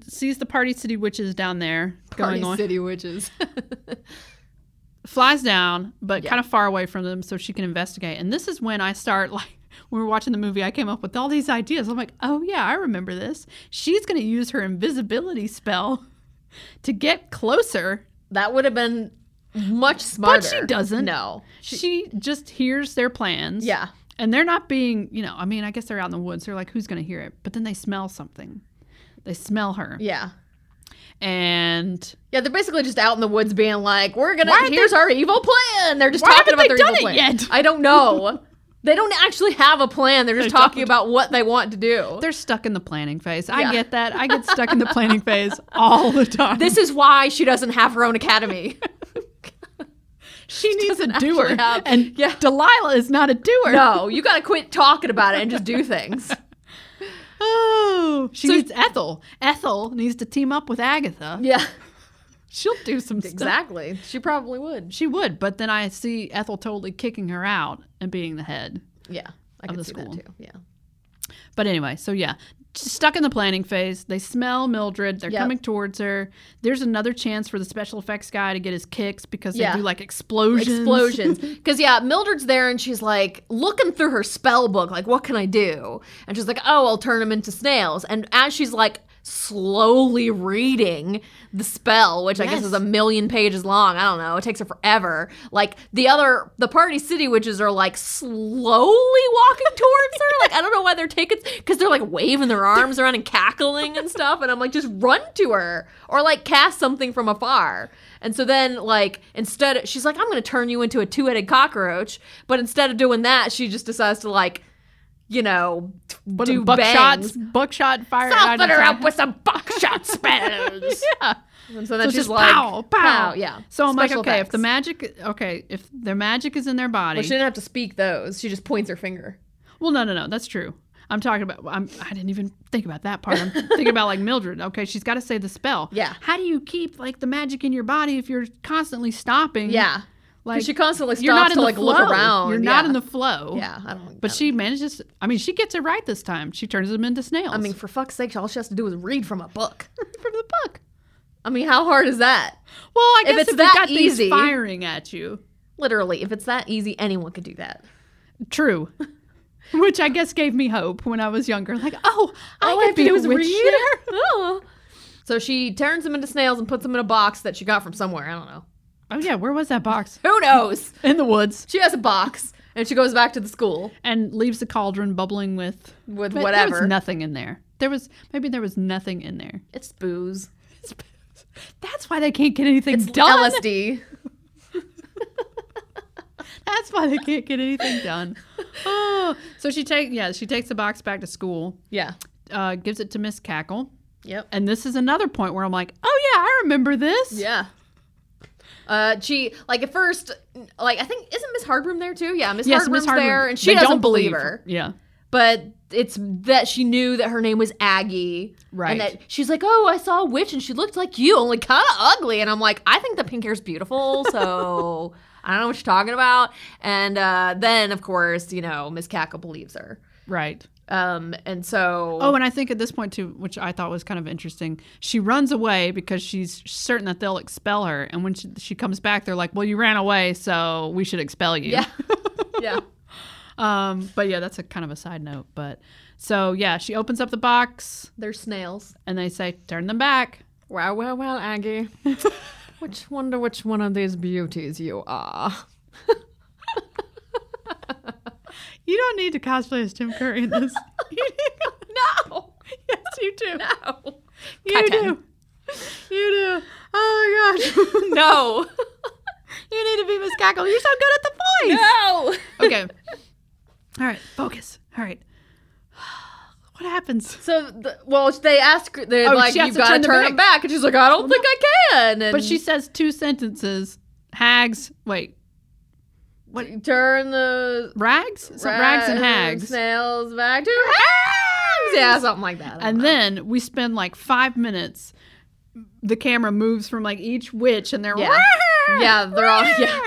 sees the Party City witches down there going on.
City Witches.
Flies down, but kind of far away from them, so she can investigate. And this is when I start like. When we were watching the movie, I came up with all these ideas. I'm like, oh yeah, I remember this. She's going to use her invisibility spell to get closer
That would have been much smarter.
But she doesn't.
No.
She, just hears their plans.
Yeah.
And they're not being, you know, I mean, I guess they're out in the woods. They're like, who's going to hear it? But then they smell something. They smell her.
Yeah.
And
Yeah, they're basically just out in the woods being like, we're gonna
Why aren't
here's our evil plan. They're just
Why haven't
talking about
they
their
done
evil
it
plan.
yet?
I don't know. they don't actually have a plan. They're just
They
talking
don't.
about what they want to do.
they're stuck in the planning phase. I
Yeah.
get that. I get stuck in the planning phase all the time.
this is why she doesn't have her own academy.
she needs a
doesn't
doer.
actually have-
and
Yeah.
Delilah is not a doer.
no, you gotta quit talking about it and just do things.
Oh, she
So-
needs Ethel. Ethel needs to team up with Agatha.
Yeah.
She'll do some stuff.
Exactly. She probably would.
She would, but then I see Ethel totally kicking her out and being the head.
Yeah. I
Of
could
the
see
school.
that too. Yeah.
But anyway, so yeah, stuck in the planning phase. They smell Mildred. They're
Yep.
coming towards her. There's another chance for the special effects guy to get his kicks because
Yeah.
they do like explosions.
explosions. Because yeah, Mildred's there and she's like looking through her spell book, like, what can I do? And she's like, oh, I'll turn them into snails. And as she's like slowly reading the spell, which I guess
Yes.
is a million pages long. I don't know. It takes her forever. Like the other the party city witches are like slowly walking towards her. Like I don't know why they're taking because they're like waving their arms around and cackling and stuff. And I'm like, just run to her or like cast something from afar. And so then like instead she's like, I'm gonna turn you into a two headed cockroach. But instead of doing that, she just decides to like, you know,
But
do
buckshots,
bangs.
buckshot fire. out
Soften
of
her
time.
up with some buckshot spells.
Yeah.
And so then
So
she's
just
like,
pow, pow,
yeah.
So I'm
Special
like, okay, if
effects.
the magic, okay, if their magic is in their body,
Well, she didn't have to speak those. She just points her finger.
Well, no, no, no. That's true. I'm talking about. I'm. I didn't even think about that part. I'm thinking about like Mildred. Okay, she's got to say the spell.
Yeah.
How do you keep like the magic in your body if you're constantly stopping?
Yeah.
Like
Because she constantly stops
you're not in
to
the
like
flow.
look around.
You're not
Yeah.
in the flow.
Yeah, I don't.
But
I
she manages. I mean, she gets it right this time. She turns them into snails.
don't- I mean, for fuck's sake, all she has to do is read from a book.
from the book.
I mean, how hard is that?
Well, I
If
guess
it's
if
that
you got things
easy-
firing at you,
Literally, if it's that easy, anyone could do that.
true. Which I guess gave me hope when I was younger. Like, oh, I
All
could
I have
be
to do
a
is
witch.
read. Oh. So she turns them into snails and puts them in a box that she got from somewhere. I don't know.
Oh yeah, where was that box?
Who knows?
In the woods.
she has a box and she goes back to the school
and leaves the cauldron bubbling with
with
but There
whatever.
was nothing in there. There was maybe there was nothing in there.
it's booze.
That's why they can't get anything
It's
done.
LSD.
That's why they can't get anything done. Oh, so she take yeah she takes the box back to school,
Yeah.
uh, gives it to Miss Cackle,
Yep.
and this is another point where I'm like, oh yeah, I remember this.
Yeah. Uh, she like at first, like I think isn't Miss Hardroom there too? Yeah, Miss
Yes,
Hardroom's
Miss Hardroom.
there, and she
They
doesn't
don't
believe her.
Yeah.
But it's that she knew that her name was Aggie,
Right.
And that she's like, "Oh, I saw a witch, and she looked like you, only kind of ugly." And I'm like, "I think the pink hair's beautiful, so I don't know what you're talking about." And uh, then, of course, you know, Miss Cackle believes her.
Right.
Um, and so,
Oh, and I think at this point too, which I thought was kind of interesting, she runs away because she's certain that they'll expel her. And when she, she comes back, they're like, "Well, you ran away, so we should expel you."
yeah, yeah,
Um, but yeah, that's a kind of a side note. But so yeah, she opens up the box
they're snails.
and they say, "Turn them back."
Well, well, well, Aggie. which wonder which one of these beauties you are.
You don't need to cosplay as Tim Curry in this. You do.
No,
yes, you do.
no,
You
Cotton.
do. You do. Oh my gosh.
no,
you need to be Miss Cackle. You're so good at the voice.
no.
Okay. All right, focus. All right. What happens?
So, the, well, they ask. her- They're
Oh,
like,
she has
"You've
to
got to
turn them
turn them back," and she's like, "I don't think I can." And
But she says two sentences. Hags. Wait,
what? Turn the
rags? So rags and hags.
snails back to hags. Yeah, something like that. I don't
And
know.
then we spend like five minutes. The camera moves from like each witch, and they're
Yeah. yeah, they're all yeah.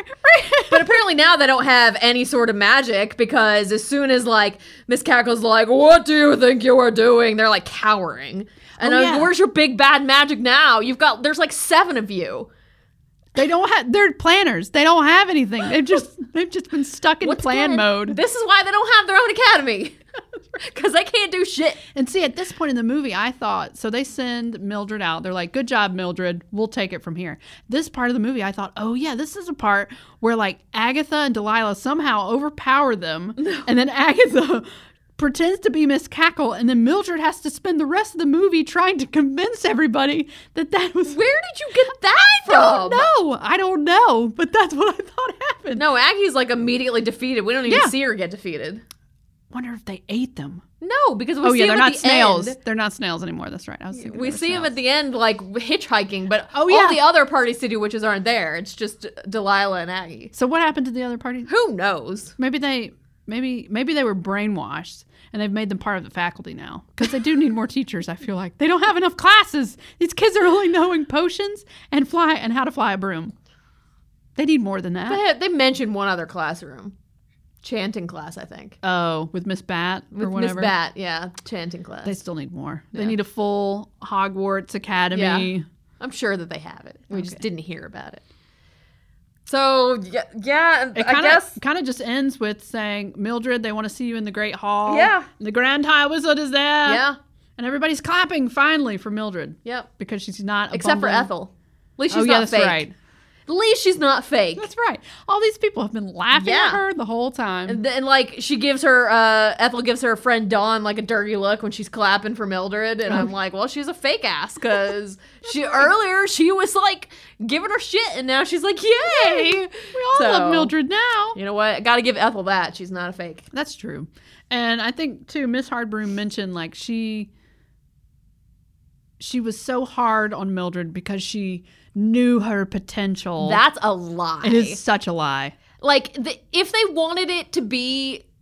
But apparently now they don't have any sort of magic because as soon as like Miss Cackle's like, "What do you think you are doing?" They're like cowering. And
Oh,
I'm,
yeah.
where's your big bad magic now? You've got there's like seven of you.
they don't have. They're planners. They don't have anything. They've just they've just been stuck in
What's
plan
good?
mode.
This is why they don't have their own academy. because I can't do shit.
And see, at this point in the movie, I thought so. They send Mildred out. They're like, "Good job, Mildred. We'll take it from here." This part of the movie, I thought, "Oh yeah, this is a part where like Agatha and Delilah somehow overpower them, and then Agatha." Pretends to be Miss Cackle, and then Mildred has to spend the rest of the movie trying to convince everybody that that was.
Where did you get that
I don't
from?
know. I don't know, but that's what I thought happened.
No, Aggie's like immediately defeated. We don't even
Yeah.
see her get defeated.
Wonder if they ate them.
No, because we
oh
see
yeah,
him
they're
at
not
the
snails.
end.
They're not snails anymore. That's right. I was thinking they
We
were
see him
snails.
at the end like hitchhiking, but
Oh, yeah.
all the other party city witches aren't there. It's just Delilah and Aggie.
So what happened to the other party?
Who knows?
Maybe they maybe maybe they were brainwashed and they've made them part of the faculty now because they do need more teachers. I feel like they don't have enough classes. These kids are only knowing potions and fly and how to fly a broom. They need more than that.
They, they mentioned one other classroom, chanting class, I think.
Oh, with Miss Bat or
With Miss
whatever.
Bat, yeah, chanting class.
They still need more. They
Yeah.
need a full Hogwarts Academy.
I'm sure that they have it. We just didn't hear about it. So yeah, yeah
It
I
kind
guess
of kind of just ends with saying, Mildred, they want to see you in the Great Hall.
Yeah.
The Grand High Wizard is there.
yeah,
And everybody's clapping finally for Mildred
yep.
because she's not a
Except for
bumbling-
Ethel. At least
oh
she's
yeah,
not
that's
fake.
right.
At least she's not fake.
That's right. All these people have been laughing
Yeah.
at her the whole time.
And then, like, she gives her, uh, Ethel gives her friend Dawn, like, a dirty look when she's clapping for Mildred. And I'm like, well, she's a fake ass because she, earlier, she was, like, giving her shit. And now she's like, yay. We
we all love Mildred now.
You know what? I gotta give Ethel that. She's not a fake.
That's true. And I think too, Miss Hardbroom mentioned like she she was so hard on Mildred because she knew her potential.
That's a lie.
it is such a lie.
Like, the, if they wanted it to be.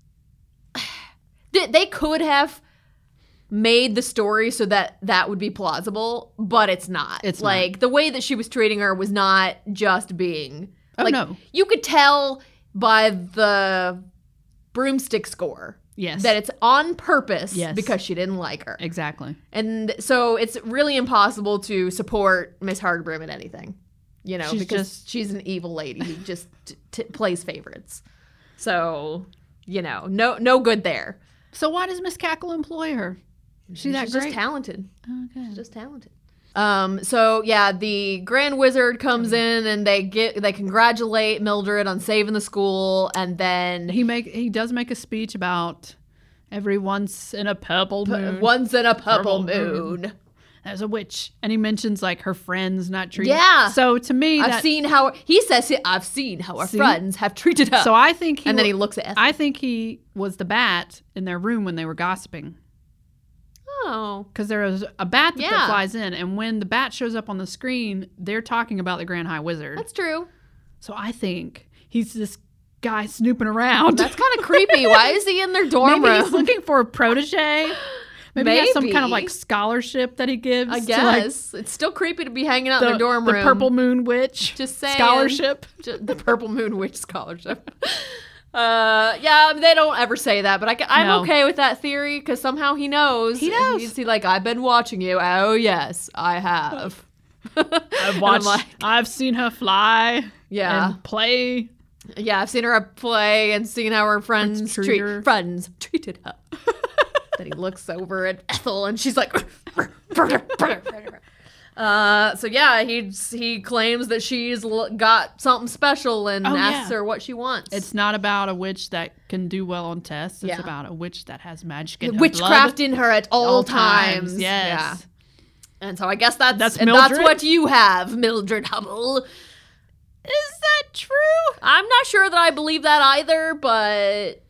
They, they could have made the story so that that would be plausible, but it's not.
It's not.
like the way that she was treating her was not just being.
Oh,
like,
no.
You could tell by the broomstick score
Yes.
that it's on purpose
Yes.
because she didn't like her.
exactly.
And so it's really impossible to support Miss Hardbrim in anything, you know,
She's
because
just-
she's an evil lady who just t- t- plays favorites. So, you know, no no good there.
So why does Miss Cackle employ her? She that
She's
great?
just talented.
okay.
She's just talented. Um, so yeah, the Grand Wizard comes in and they get they congratulate Mildred on saving the school, and then
He make he does make a speech about every once in a purple moon
once in a purple
Purple moon.
moon.
there's a witch, and he mentions like her friends not treating.
Yeah.
So to me,
I've
that,
seen how he says he- I've seen how our
See?
friends have treated her.
So I think he
and then
wa-
he looks at Ethel.
I think he was the bat in their room when they were gossiping
oh,
because there was a bat that,
Yeah.
flies in, and when the bat shows up on the screen, they're talking about the Grand High Wizard.
that's true.
so I think he's this guy snooping around.
That's kind of creepy. Why is he in their dorm
Maybe he's
room?
looking for a protege. Maybe, he has some kind of
Maybe.
like scholarship that he gives. to,
I
like,
guess it's still creepy to be hanging out
the,
in their dorm
the
room.
Purple Moon Witch
Just saying.
scholarship.
Ju- the Purple Moon Witch Scholarship. Uh, yeah, I mean, they don't ever say that, but I, ca- I'm
No.
okay with that theory because somehow he knows.
He knows.
He's like, I've been watching you. Oh yes, I have.
I've
I've
watched. I've seen her fly.
Yeah.
and play.
yeah, I've seen her at play and seen how her friends
treat her.
treat friends treated her. then he looks over at Ethel and she's like, uh, so yeah, he he claims that she's l- got something special and
Oh,
asks
yeah.
her what she wants.
It's not about a witch that can do well on tests. It's
Yeah.
about a witch that has magic
The
in her
witchcraft
blood
in her at all,
all
times.
Yes.
Yeah. And so I guess that's
That's
and that's
Mildred?
what you have, Mildred Hubble.
Is that true?
I'm not sure that I believe that either, but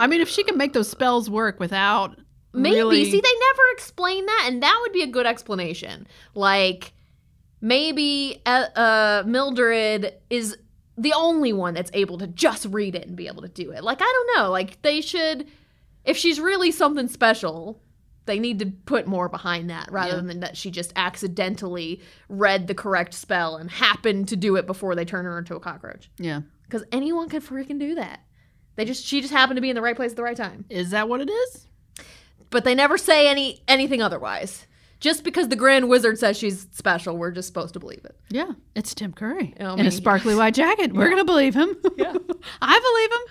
I mean, if she can make those spells work without
Maybe.
really,
See, they never explain that, and that would be a good explanation. Like, maybe uh, uh, Mildred is the only one that's able to just read it and be able to do it. Like, I don't know. Like, they should, if she's really something special, they need to put more behind that rather
Yeah.
than that she just accidentally read the correct spell and happened to do it before they turn her into a cockroach.
yeah.
Because anyone could freaking do that. They just, she just happened to be in the right place at the right time
Is that what it is?
but they never say any anything otherwise. Just because the Grand Wizard says she's special, we're just supposed to believe it.
Yeah, it's Tim Curry
Oh,
in
my-
a sparkly white jacket. We're gonna believe him.
Yeah.
I believe him.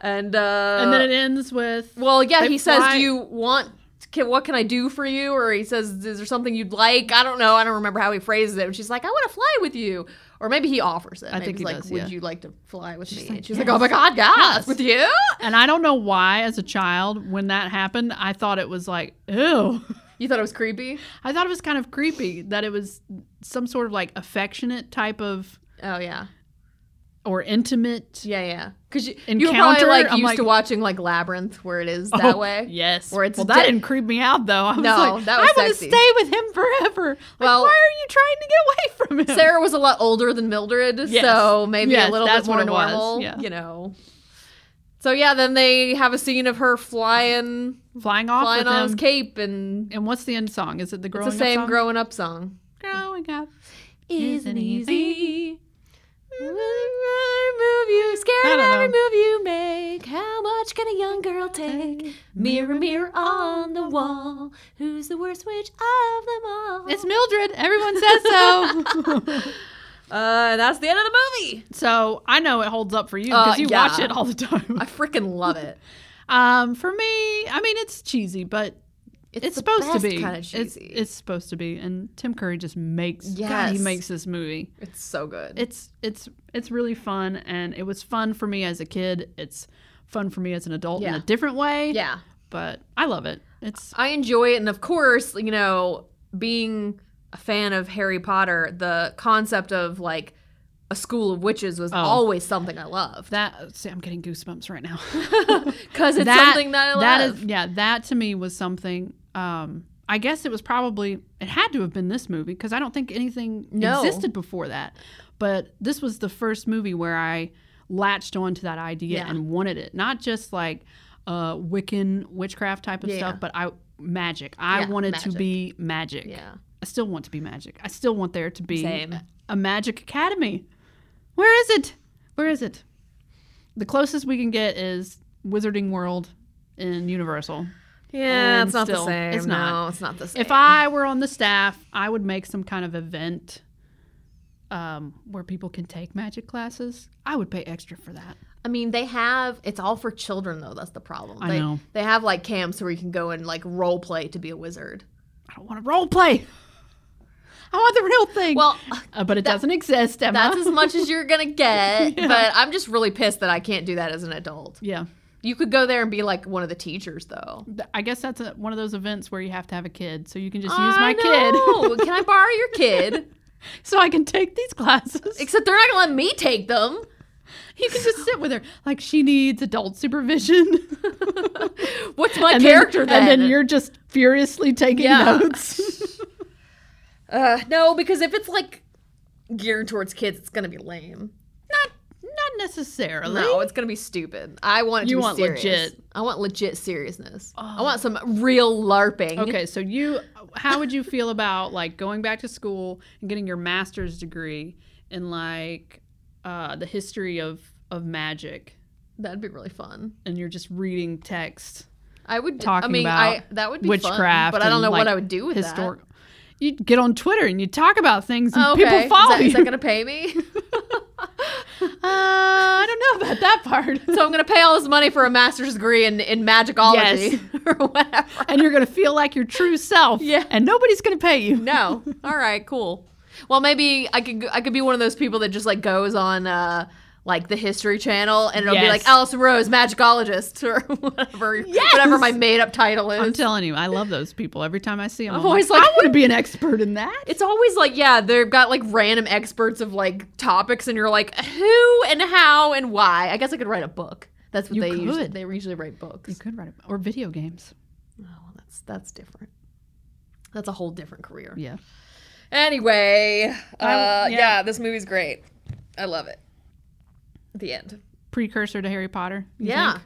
And uh,
and then it ends with
well, yeah,
they
he says,
fly-
"Do you want? Can, what can I do for you?" Or he says, "Is there something you'd like?" I don't know. I don't remember how he phrases it. And she's like, "I want to fly with you." Or maybe he offers it.
I
Maybe
think
he's
he
like,
does,
"Would
yeah.
you like to fly with me?"
like,
and she's like, "Oh my God, yes, with you."
And I don't know why, as a child, when that happened, I thought it was like, ew.
You thought it was creepy?
I thought it was kind of creepy that it was some sort of like affectionate type of
Oh yeah,
or intimate.
yeah, yeah. Because you, you were probably
Encounter?
like
I'm
used
like-
to watching like Labyrinth, where it is that
Oh,
way.
Yes.
Where it's
well, that
de-
didn't creep me out though. I was
No,
like,
that was
I want to
sexy.
stay with him forever. Like,
Well-
why are you trying to get away from him?
Sarah was a lot older than Mildred,
Yes.
so maybe
Yes,
a little
that's
bit more
what it was,
normal,
yeah.
you know. So yeah, then they have a scene of her flying,
flying off
flying
with
on
him.
his cape, and
And what's the end song? Is it the growing
it's the same
up song?
growing up song.
growing up?
Isn't
Isn't
easy.
easy.
Every move you scared
I
of
don't
every
know.
move you make. How much can a young girl take? Mirror, mirror on the wall, who's the worst witch of them all?
It's Mildred. Everyone says so.
uh, that's the end of the movie.
so I know it holds up for you
Uh,
because you watch
yeah.
it all the time.
I freaking love it.
Um, for me, I mean, it's cheesy, but it's,
the
supposed
best
to be
kinda
It's-
cheesy.
It's, supposed to be, and Tim Curry just makes. God, he
Yes.
makes this movie.
It's so good.
It's it's it's really fun, and it was fun for me as a kid. It's fun for me as an adult in
Yeah.
a different way.
yeah.
but I love it. It's
I enjoy it. And of course, you know, being a fan of Harry Potter, the concept of like a school of witches was
Oh.
always something I loved.
that. See, I'm getting goosebumps right now.
Because it's something that I love.
That is, yeah, that to me was something. Um, I guess it was probably it had to have been this movie because I don't think anything
No.
existed before that. But this was the first movie where I latched onto that idea
Yeah.
and wanted it, not just like uh, Wiccan witchcraft type of
Yeah.
stuff, but I magic. I
Yeah,
wanted
magic.
to be magic.
yeah.
I still want to be magic. I still want there to be
Same.
a, a magic academy. Where is it? Where is it? The closest we can get is Wizarding World in Universal.
Yeah,
And
it's not
still,
the same.
it's not.
No, it's not the same.
If I were on the staff, I would make some kind of event um, where people can take magic classes. I would pay extra for that.
I mean, they have it's all for children though. That's the problem.
I
they,
know.
They have like camps where you can go and like role play to be a wizard.
I don't want to role play. I want the real thing.
Well,
Uh, but it doesn't exist, Emma.
that's as much as you're gonna get. But I'm just really pissed that I can't do that as an adult.
yeah.
You could go there and be like one of the teachers though.
Th- I guess that's a, one of those events where you have to have a kid, so you can just use my
know.
kid,
can I borrow your kid?
so I can take these classes.
Except they're not gonna let me take them.
You can just sit with her. Like she needs adult supervision.
What's my
And then-
character then?
And then you're just furiously taking
Yeah.
notes.
uh, no, because if it's like geared towards kids, it's gonna be lame.
not not necessarily.
No, it's gonna be stupid. I want it
You
to be
want
serious.
legit. Oh.
I want legit seriousness. I want some real LARPing.
okay, so you how would you feel about like going back to school and getting your master's degree in like uh, the history of of magic
that'd be really fun.
and you're just reading text
I would. I
Talking
mean,
about
I, that would be
witchcraft
fun, but I don't
and,
know what
like,
I would do with
historic You'd get on Twitter and you talk about things and
that.
people follow
Oh, is that,
you.
is that gonna pay me?
uh, I don't know about that part.
so I'm gonna pay all this money for a master's degree in in magicology
Yes.
or whatever.
and you're gonna feel like your true self.
Yeah.
And nobody's gonna pay you.
No. All right. Cool. Well, maybe I could I could be one of those people that just like goes on uh like the History Channel and it'll be
Yes.
like Allison Rose, magicologist or whatever
Yes!
whatever my made up title
I'm
is.
telling you, I love those people. Every time I see them,
I'm
I'm,
always
always
like-
I want to be an expert in that.
it's always like yeah, they've got like random experts of like topics and you're like who and how and why. I guess I could write a book. That's what
You
they usually
could.
they usually write books.
You could write about, or video games.
Oh, that's that's different. That's a whole different career.
Yeah.
Anyway, uh,
I-
yeah.
yeah.
this movie's great. I love it. The end.
Precursor to Harry Potter. you
yeah,
think?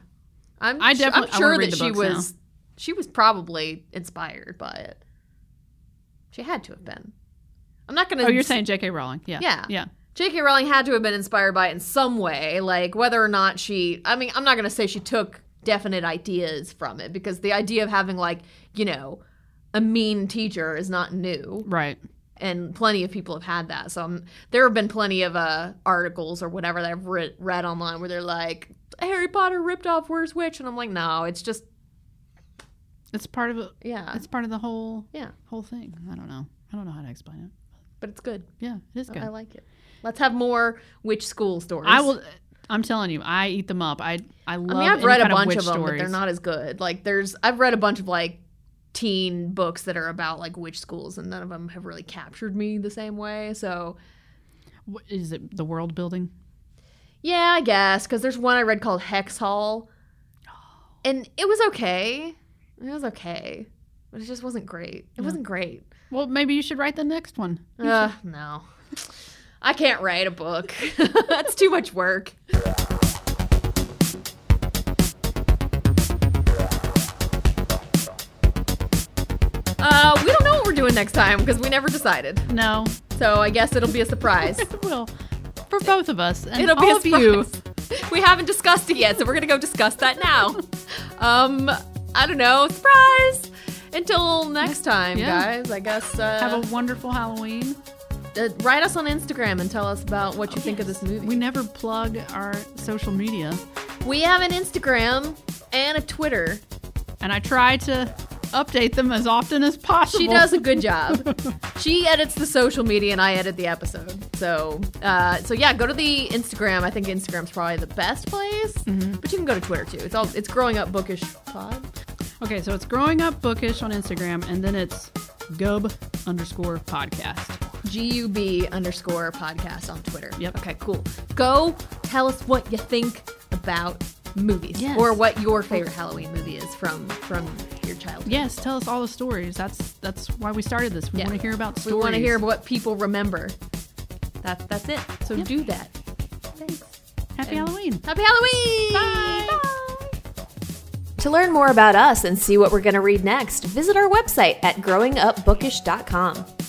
I'm.
I
su- I'm
definitely- I wanna
sure
read
that
the
she
books
was. She was probably inspired by it. She had to have been. I'm not gonna.
Oh, you're saying J.K. Rowling? Yeah.
Yeah.
Yeah.
J.K. Rowling had to have been inspired by it in some way, like whether or not she. I mean, I'm not gonna say she took definite ideas from it because the idea of having like you know a mean teacher is not new.
Right.
and plenty of people have had that. So um, there have been plenty of uh, articles or whatever that I've re- read online where they're like, Harry Potter ripped off Where's Witch, and I'm like, no, it's just
It's part of a,
yeah,
it's part of the whole
yeah,
whole thing. I don't know. I don't know how to explain it.
but it's good.
Yeah, it is good.
I like it. Let's have more witch school stories.
I will. I'm telling you, I eat them up. I I love.
I mean, I've
any
read a
kind
bunch
witch
of, them, but
stories.
they're not as good. Like, there's I've read a bunch of like teen books that are about like witch schools, and none of them have really captured me the same way. So,
What, is it the world building?
yeah, I guess because there's one I read called Hex Hall, and it was okay. It was okay, but it just wasn't great. It wasn't great.
Well, maybe you should write the next one.
Ugh, no, I can't write a book. That's too much work. Uh, we don't know what we're doing next time because we never decided.
No,
So I guess it'll be a surprise.
well, for both of us and
It'll
all
be a
of you.
surprise. We haven't discussed it yet, so we're gonna go discuss that now. Um, I don't know. Surprise. Until next time,
Yeah.
guys. I guess. Uh,
Have a wonderful Halloween.
uh, write us on Instagram and tell us about what you think of this movie.
Oh, We never plug our social media,
We have an Instagram and a Twitter.
and I try to update them as often as possible.
She does a good job. she edits the social media and I edit the episode. So, uh, so yeah, go to the Instagram. I think Instagram's probably the best place,
Mm-hmm.
but you can go to Twitter too. It's all it's growing up bookish pod.
Okay, so it's growing up bookish on Instagram, and then it's gub underscore podcast.
GUB underscore podcast on Twitter.
Yep.
Okay, cool. Go tell us what you think about movies
Yes.
or what your favorite Halloween movie is from from your childhood.
Yes, tell us all the stories. That's that's why we started this. We
Yeah.
want to hear about
We
stories.
want to hear what people remember. That, that's it. So
Yep.
do that. Thanks.
Happy Halloween.
Happy Halloween!
To learn more about us and see what we're going to read next, visit our website at growingupbookish.com.